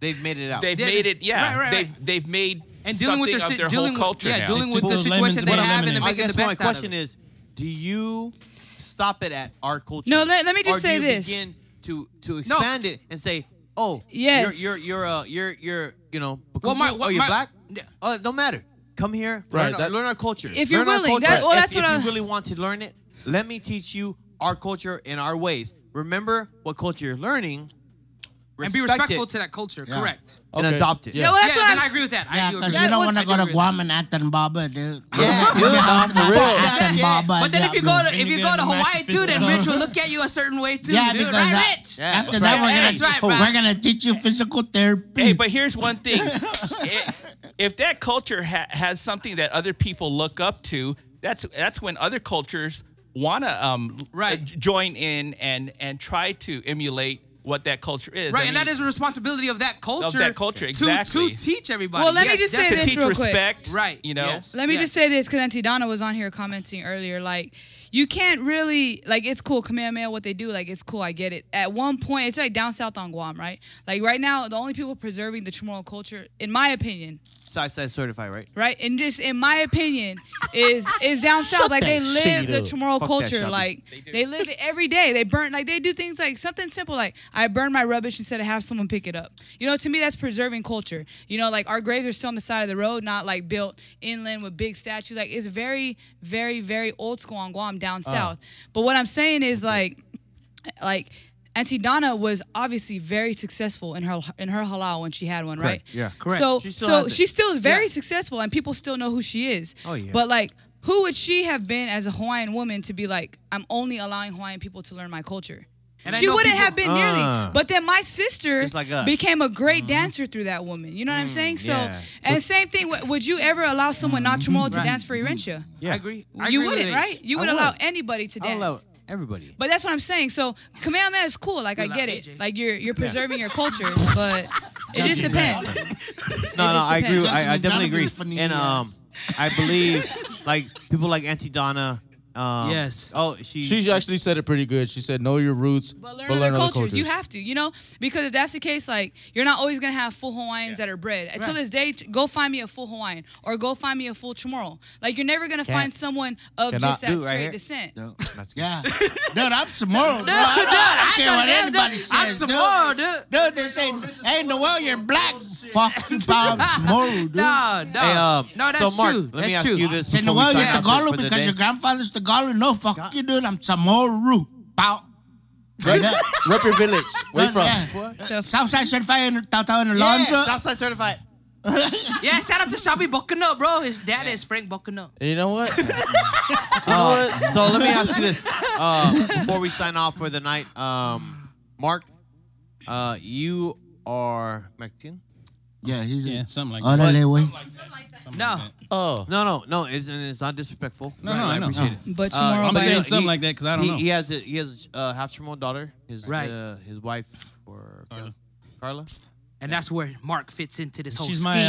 they've made it out.
they've
They're-
made it yeah
right, right,
they've
right.
they've made
and dealing with their,
something
si-
of their
dealing
whole culture
with, yeah,
now.
dealing with
Boil
the
lemons
situation
and
they
boil
have and
lemonade.
then
I
making the
guess my
best out of
question
it.
is, do you stop it at our culture?
No, let- let me just
or
say
do you
this.
Begin to to expand it and say, oh,
Yes.
you're you're you're uh, you're you're you know,
Well, my-
oh,
what-
you're
my-
black.
Yeah.
Oh, it don't matter. Come here,
Right,
Learn, our-
that-
learn our culture.
If you're
Learn our
willing,
culture.
that- well,
If-
that's
if,
what I-
you really want to learn it, let me teach you our culture and our ways. Remember what culture you're learning.
and be
Respect
respectful
it.
to that culture.
Yeah.
Correct.
and
Okay.
adopt it.
Yeah.
No, that's
yeah,
what
then
I'm
I agree with that. I
Yeah,
do
because
agree.
you
That
don't
would-
want to
I
go
do
to
agree with
Guam and Aten Baba, dude.
Yeah, dude.
for
real.
Aten Baba.
But then if you
diablo.
go to if
you
you
get
go to
them back
Hawaii
to
too, then
physical.
Rich will look at you a certain way too.
Yeah,
dude.
because
right,
I-
Rich?
Yeah,
After
that's
that,
right.
we're
Yeah,
gonna
that's right, bro.
we're gonna teach you physical therapy.
Hey, but here's one thing: I- if that culture ha- has something that other people look up to, that's that's when other cultures wanna um,
Right.
j- join in and and try to emulate what that culture is. I
Right, and
mean,
that is the responsibility of that culture.
that culture,
to-
exactly.
To teach everybody.
Well, let me
Yes,
just say
to
definitely.
this
teach
real quick.
respect,
Right.
You know,
yes.
Let me
Yes.
just say this because Auntie Donna was on here commenting earlier. Like, you can't really like it's cool Kamehameha what they do. Like, it's cool. I get it. At one point, it's like down south on Guam, right? Like right now, the only people preserving the Chamorro culture, in my opinion,
Side side certified, right?
right, and just in my opinion, is is down south. like they live the
Fuck
Chamorro
that
culture.
shit.
Like they, live it every day. They burn like they do things like something simple like I burn my rubbish instead of have someone pick it up. You know, to me that's preserving culture. You know, like our graves are still on the side of the road, not like built inland with big statues. Like it's very, very, very old school on Guam down
Uh.
south. But what I'm saying is like like Auntie Donna was obviously very successful in her in her halal when she had one, right?
Yeah. Correct.
So
She still
so
has it.
she's still very successful and people still know who she is.
Oh, yeah.
But like who would she have been as a Hawaiian woman to be like, I'm only allowing Hawaiian people to learn my culture?
And I
she
know
wouldn't
people-
have been
Uh.
nearly. But then my sister
Just like us. Mm-hmm. Mm,
became a great dancer through that woman. You know what I'm saying? So,
yeah. Mm-hmm.
and same thing, w- would you ever allow someone not Chamorro to
Right.
dance for Erentia?
Yeah.
I agree. I
You
agree with Rich.
wouldn't, right? You
I
would
would.
allow anybody to
I'll
dance.
allow everybody.
But that's what I'm saying. So Kamehameha is cool. Like I
You're
get
like
it.
AJ.
Like you're you're preserving your culture, but it just depends.
No, no, I agree. with- I, I
Justin
definitely
Donovan
agree.
funny
And
ass.
um, I believe like people like Auntie Donna. Um,
Yes.
Oh, she.
She actually said it pretty good. She said, "Know your roots,
But learn other cultures. You have to, you know, because if that's the case, like you're not always gonna have full Hawaiians that are bred. Until this day, t- go find me a full Hawaiian or go find me a full Chamorro. Like you're never gonna find someone of
Cannot
just that
do right
straight
here.
descent.
Oh,
No. Yeah, dude, I'm tomorrow. No,
dude,
I
I
don't care
thought
what
that-
anybody
that-
says.
I'm
dude.
Samoan, dude.
Dude, they say, hey, Noel, you're black. Fucking Bob Tomorrow, dude.
No, no,
Hey, um,
no. That's
so Mark,
true.
Let
that's
me ask
true.
you this.
Say,
before we
Noel, you're
sign off for
Tagalog
the
because
day.
your grandfather's Tagalog. No, fuck you, dude. I'm Tomorrow. Bow. Right up.
Rep your village. Where you
Right,
from?
yeah. Uh, Southside certified in Tautau and Alonzo.
Yeah, Southside certified.
Yeah, shout out to Shabby Bocano, bro. His dad is Frank Bocano.
You know what?
Uh, so let me ask you this uh, before we sign off for the night, um, Mark. Uh, you are Mexican.
Yeah, he's
Yeah,
a
something like that.
Órale, güey.
Something
No.
like that.
Oh,
No, no, no. It's, it's not disrespectful.
No, no, I know.
appreciate it.
But
Uh,
tomorrow,
I'm
by-
saying
he-
something like that 'cause I don't
he,
know.
He has a, he has a half Chamorro daughter. His
Right.
uh, his wife or Carla.
And that's where Mark fits into this whole
She's
scheme.
my,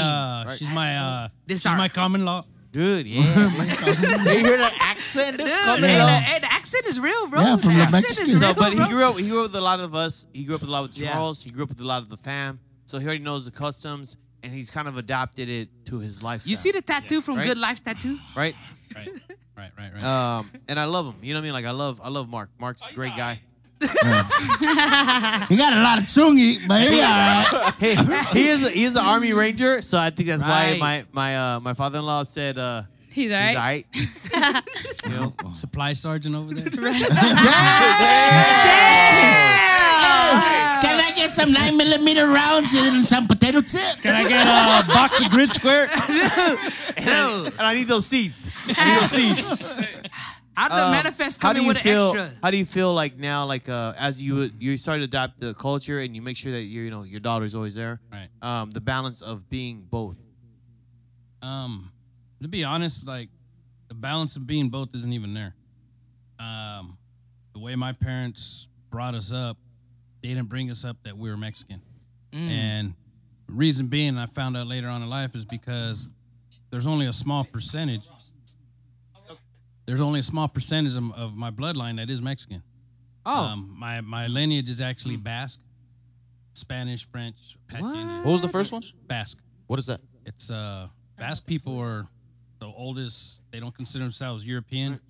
uh, she's my, uh,
This
she's
our-
my common law.
Dude, yeah.
you hear that accent? Dude,
Dude,
coming
hey, the,
up.
hey, the accent is real, bro.
Yeah, from the
accent
Mexicans.
is real,
so, but he
bro.
grew up. He grew up with a lot of us. He grew up with a lot with
Yeah.
Charles. He grew up with a lot of the fam. So he already knows the customs, and he's kind of adapted it to his lifestyle.
You see the tattoo from
Right?
Good Life Tattoo?
right?
Right, right, right, right.
Um, and I love him. You know what I mean? Like I love, I love Mark. Mark's a great guy. Uh.
He got a lot of tsungi, but he all right.
Hey, he is. A, he is an Army Ranger, so I think that's why
Right.
my my uh, my father-in-law said uh,
he's all
he's
right.
alright. you know?
Supply sergeant over there.
Can I get some 9 millimeter rounds and some potato chip?
Can I get a box of uh, grid square?
Dude,
And I need those seats. I need those seats.
Uh, how the manifest
how do
coming
you
with
feel?
an extra?
How do you feel like now? Like uh, as you you start to adapt the culture and you make sure that you you know your daughter's always there.
Right.
Um, the balance of being both.
Um, to be honest, like the balance of being both isn't even there. Um, the way my parents brought us up, they didn't bring us up that we were Mexican. And the reason being, I found out later on in life is because there's only a small percentage. There's only a small percentage of, of my bloodline that is Mexican.
Oh,
Um, my my lineage is actually Basque, Spanish, French, Apache, Indian.
What was the first one?
Basque.
What is that?
It's uh Basque people are the oldest. They don't consider themselves European,
Mm.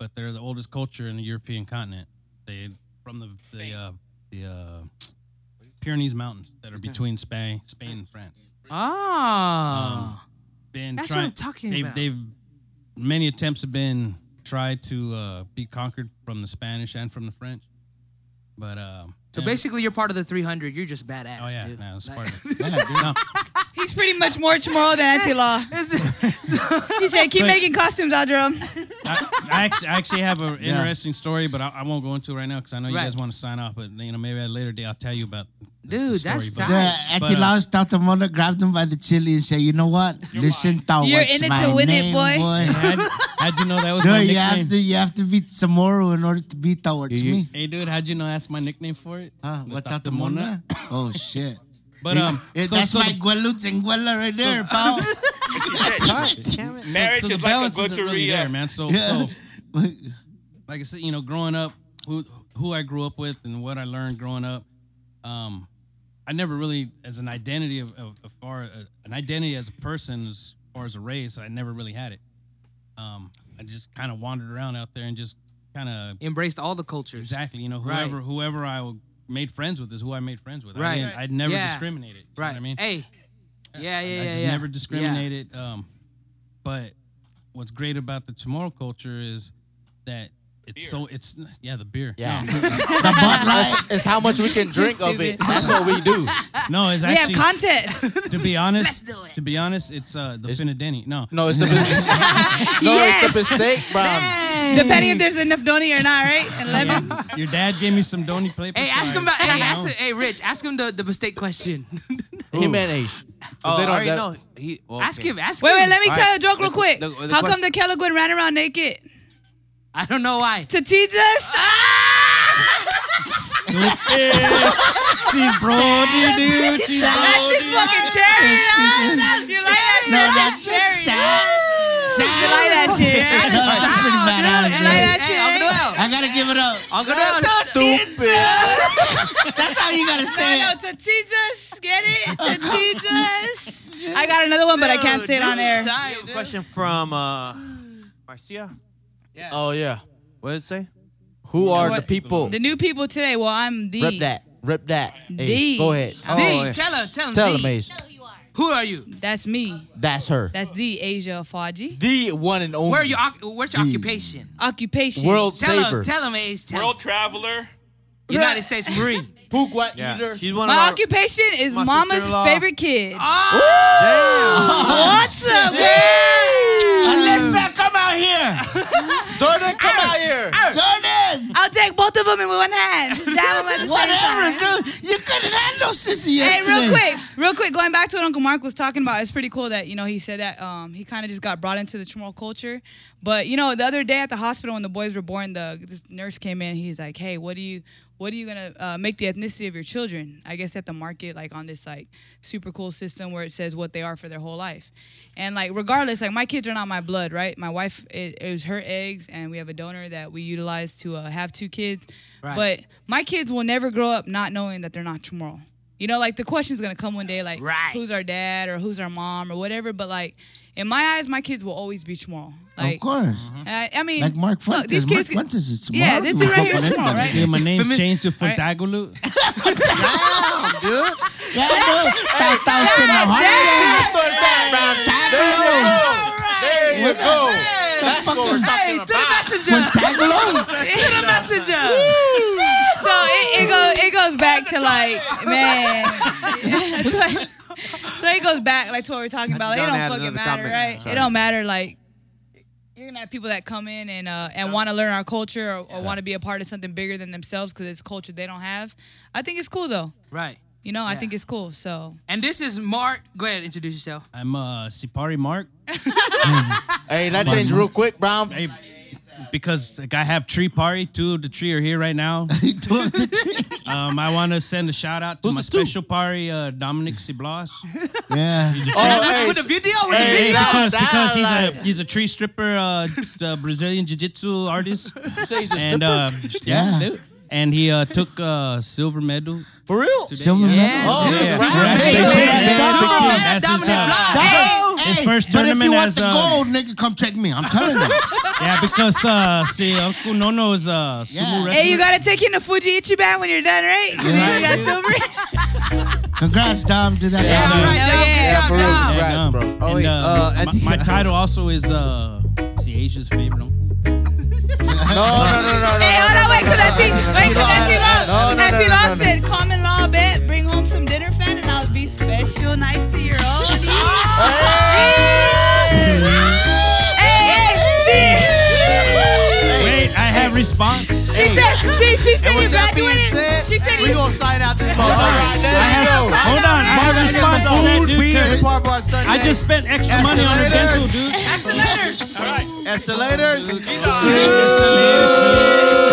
but they're the oldest culture in the European continent. They from the the uh, the uh, Pyrenees mountains that are between Spain, Spain and France.
ah.
Been
Uh, That's what
trying,
I'm talking
they've,
about.
They've many attempts have been tried to uh, be conquered from the Spanish and from the French, but um
So basically, you're part of the 300. You're just badass,
Oh yeah,
dude.
no, it's
Like-
part of it.
Yeah, dude.
He's pretty much more Chamorro than Attila. He said, keep making costumes, Audra.
I, I actually, I actually have an
Yeah.
interesting story, but I, I won't go into it right now because I know you
Right.
guys want to sign off. But you know, maybe at a later day I'll tell you about. the- the
Dude, that's
story,
tight.
but-
Yeah,
But,
Attila
uh,
stopped him on it, grabbed him by the chili and said, "You know what? Listen, to
You're
what's
in it
my
to win it,
name,
boy."
How'd, how'd you know that was my
Dude,
nickname?
you have to you have to beat Samoro in order to be towards
You- you-
me.
Hey, dude, how'd you know that's my nickname for it?
Huh? What
Without
the
the
mona? Oh shit!
But um,
Yeah,
so,
that's
so
my
the-
Gualuts and Guala right there, pal.
Marriage
so the
is like a
balance isn't really
butcheria.
there, man. So,
Yeah.
so like I said, you know, growing up, who who I grew up with and what I learned growing up, um, I never really as an identity of, of, of far uh, an identity as a person as far as a race, I never really had it. Um, I just kind of wandered around out there and just kind of
Embraced all the cultures.
exactly, you know,
Right.
whoever whoever I made friends with is who I made friends with.
Right.
I didn't, I'd never
Yeah.
discriminated. You know
Right.
what I mean,
Hey. Yeah, yeah, yeah.
I just
yeah.
never
Yeah.
discriminated. Um, but what's great about the tomorrow culture is that it's so it's yeah the beer.
Yeah.
But
It's how much we can drink of it. That's what we do.
No, it's
We have
actually
contests.
to be honest. To be honest, it's uh the Finadeni. No,
No, it's the bis- no, it's
yes.
the mistake, bro.
Depending if there's enough Doni or not, right? And lemon.
Yeah, your dad gave me some Doni play.
Hey, ask him about. Hey, ask, hey, Rich, ask him the, the mistake question.
Jimenez.
Oh,
They
I
don't
already
def-
know. He, well,
Ask
okay.
him. Ask
Wait,
him.
wait, let me
All
tell you a
right.
joke real
The-
quick.
the- the
How come
question-
the Kelligwin ran around naked?
I don't know why.
To teach us?
She's brony, dude. She's
Oh,
That's just fucking cherry. huh? That's- You like that shit?
No,
That's
that's
cherry.
sad.
You like that shit?
That's
right?
pretty
You
badass, dude.
like that
Hey, Uncle
shit?
Noel.
I gotta give it up.
Uncle Noel.
That's how you gotta
No,
say
no,
it.
to teach us. Get it? To teach us. I got another one, but I can't say it on air.
Question from uh, Marcia.
Oh yeah.
What did it say?
Who are
what?
the people?
The new people today. Well, I'm the.
Rip that. Rip that.
The-
Ace. Go ahead.
D, tell him. Tell him.
Oh, Tell
D.
him, Ace.
Who are you?
That's me.
That's her.
That's the Asia Faji.
The one and only.
Where are you? oc- What's your occupation?
Occupation.
World
Tell
saver.
him. Tell him, Ace. Tell
World
him.
traveler.
United States Marine.
Pugwat
Yeah,
leader.
she's one of
My
our.
occupation is
my
mama's
sister-in-law. Oh,
favorite kid.
Oh,
What's up, Alyssa, come out here.
Jordan, come out here.
Jordan,
I'll take both of them in one hand. Down at the same time.
whatever, dude. You couldn't handle sissy
Hey,
yesterday.
real quick, real quick, going back to what Uncle Mark was talking about, it's pretty cool that, you know, he said that um, he kind of just got brought into the Chamorro culture. But, you know, the other day at the hospital when the boys were born, the this nurse came in. He's like, hey, what do you, what are you going to uh, make the ethnicity of your children? I guess at the market, like on this, like, super cool system where it says what they are for their whole life. And, like, regardless, like, my kids are not my blood, right? My wife, it, it was her eggs, and we have a donor that we utilize to uh, have two kids. But my kids will never grow up not knowing that they're not Chamorro. You know, like the question's gonna come one day, like who's our dad or who's our mom or whatever. But like in my eyes, my kids will always be Chamorro. Like, mm-hmm.
Of course.
I, I mean,
Like Mark
look,
Fuentes. Mark Fuentes is tomorrow.
Yeah, this dude right here is tomorrow, right?
Yeah, my name's
Femi-
changed to Fontagulu.
Yeah, dude. Thou- thou sin a hundred. Taglo.
There you go.
Oh, That's what we're
Hey, to the messenger.
Taglo.
To the messenger.
So it, it goes it goes back to like man. so, so it goes back like to what we're talking about. Like, it
done
don't
add
fucking
another
matter,
comment.
right? It
Sorry.
don't matter like you're gonna have people that come in and uh, and want to learn our culture or, or want to be a part of something bigger than themselves because it's a culture they don't have. I think it's cool though.
Right.
You know, I think it's cool. So
And this is Mark. Go ahead, introduce yourself.
I'm uh Sipari Mark.
Hey, that changed real quick, Brown.
Hey, because like, I have tree party. Two of the tree are here right now. Um, I want to send a shout out to my special party, uh, Dominic Ciblas.
Yeah.
Oh, hey,
With the video, with the
Hey,
video.
because,
that
because he's a
like-
he's a tree stripper, uh, s- uh, Brazilian jiu jitsu artist,
you say he's a
and
stripper?
uh, yeah,
Yeah.
dude. and he uh, took uh, silver medal.
For real?
Today.
Silver
yeah.
medal.
Yes,
Oh,
dude.
yeah.
Right.
Hey,
Hey,
hey,
hey,
hey,
hey,
that's his,
Dominic
uh,
Blanc.
his
Hey,
first
but if
tournament
you want
as,
the
uh,
gold, nigga, come check me. I'm telling you.
Yeah, because uh, see, Uncle Nono is uh, sumo
Yeah.
wrestler.
Hey, you gotta take in the Fuji Ichiban when you're done, right?
Yeah.
You got silver.
Congrats, Dom. Did that.
That's
Yeah.
right,
Hell
Dom.
yeah.
Good job, Dom.
And,
Congrats,
um,
bro.
Oh,
and,
wait,
uh,
uh,
my,
Auntie-
my title also is uh, see Asia's favorite uncle.
Oh,
no, no, no, no.
Hey, hold on, wait, because Auntie, wait, because Auntie
No, no,
Long,
no,
Auntie
no, no,
Long
no.
said, common law bet, bring home some dinner fat, and I'll be special, nice to your own. Hey, hey,
Wait, I have response.
she, she said, she, she said
And
you
with that being
graduated.
said,
she said
we
you.
gonna sign out this motherfucker.
I have, hold on, I have
I got
response on that,
some food.
dude,
We here
'cause
at Park Bar Sunday.
I just spent extra
Ask
money
you
on a
later.
dental, dude.
That's the letters.
Escalators.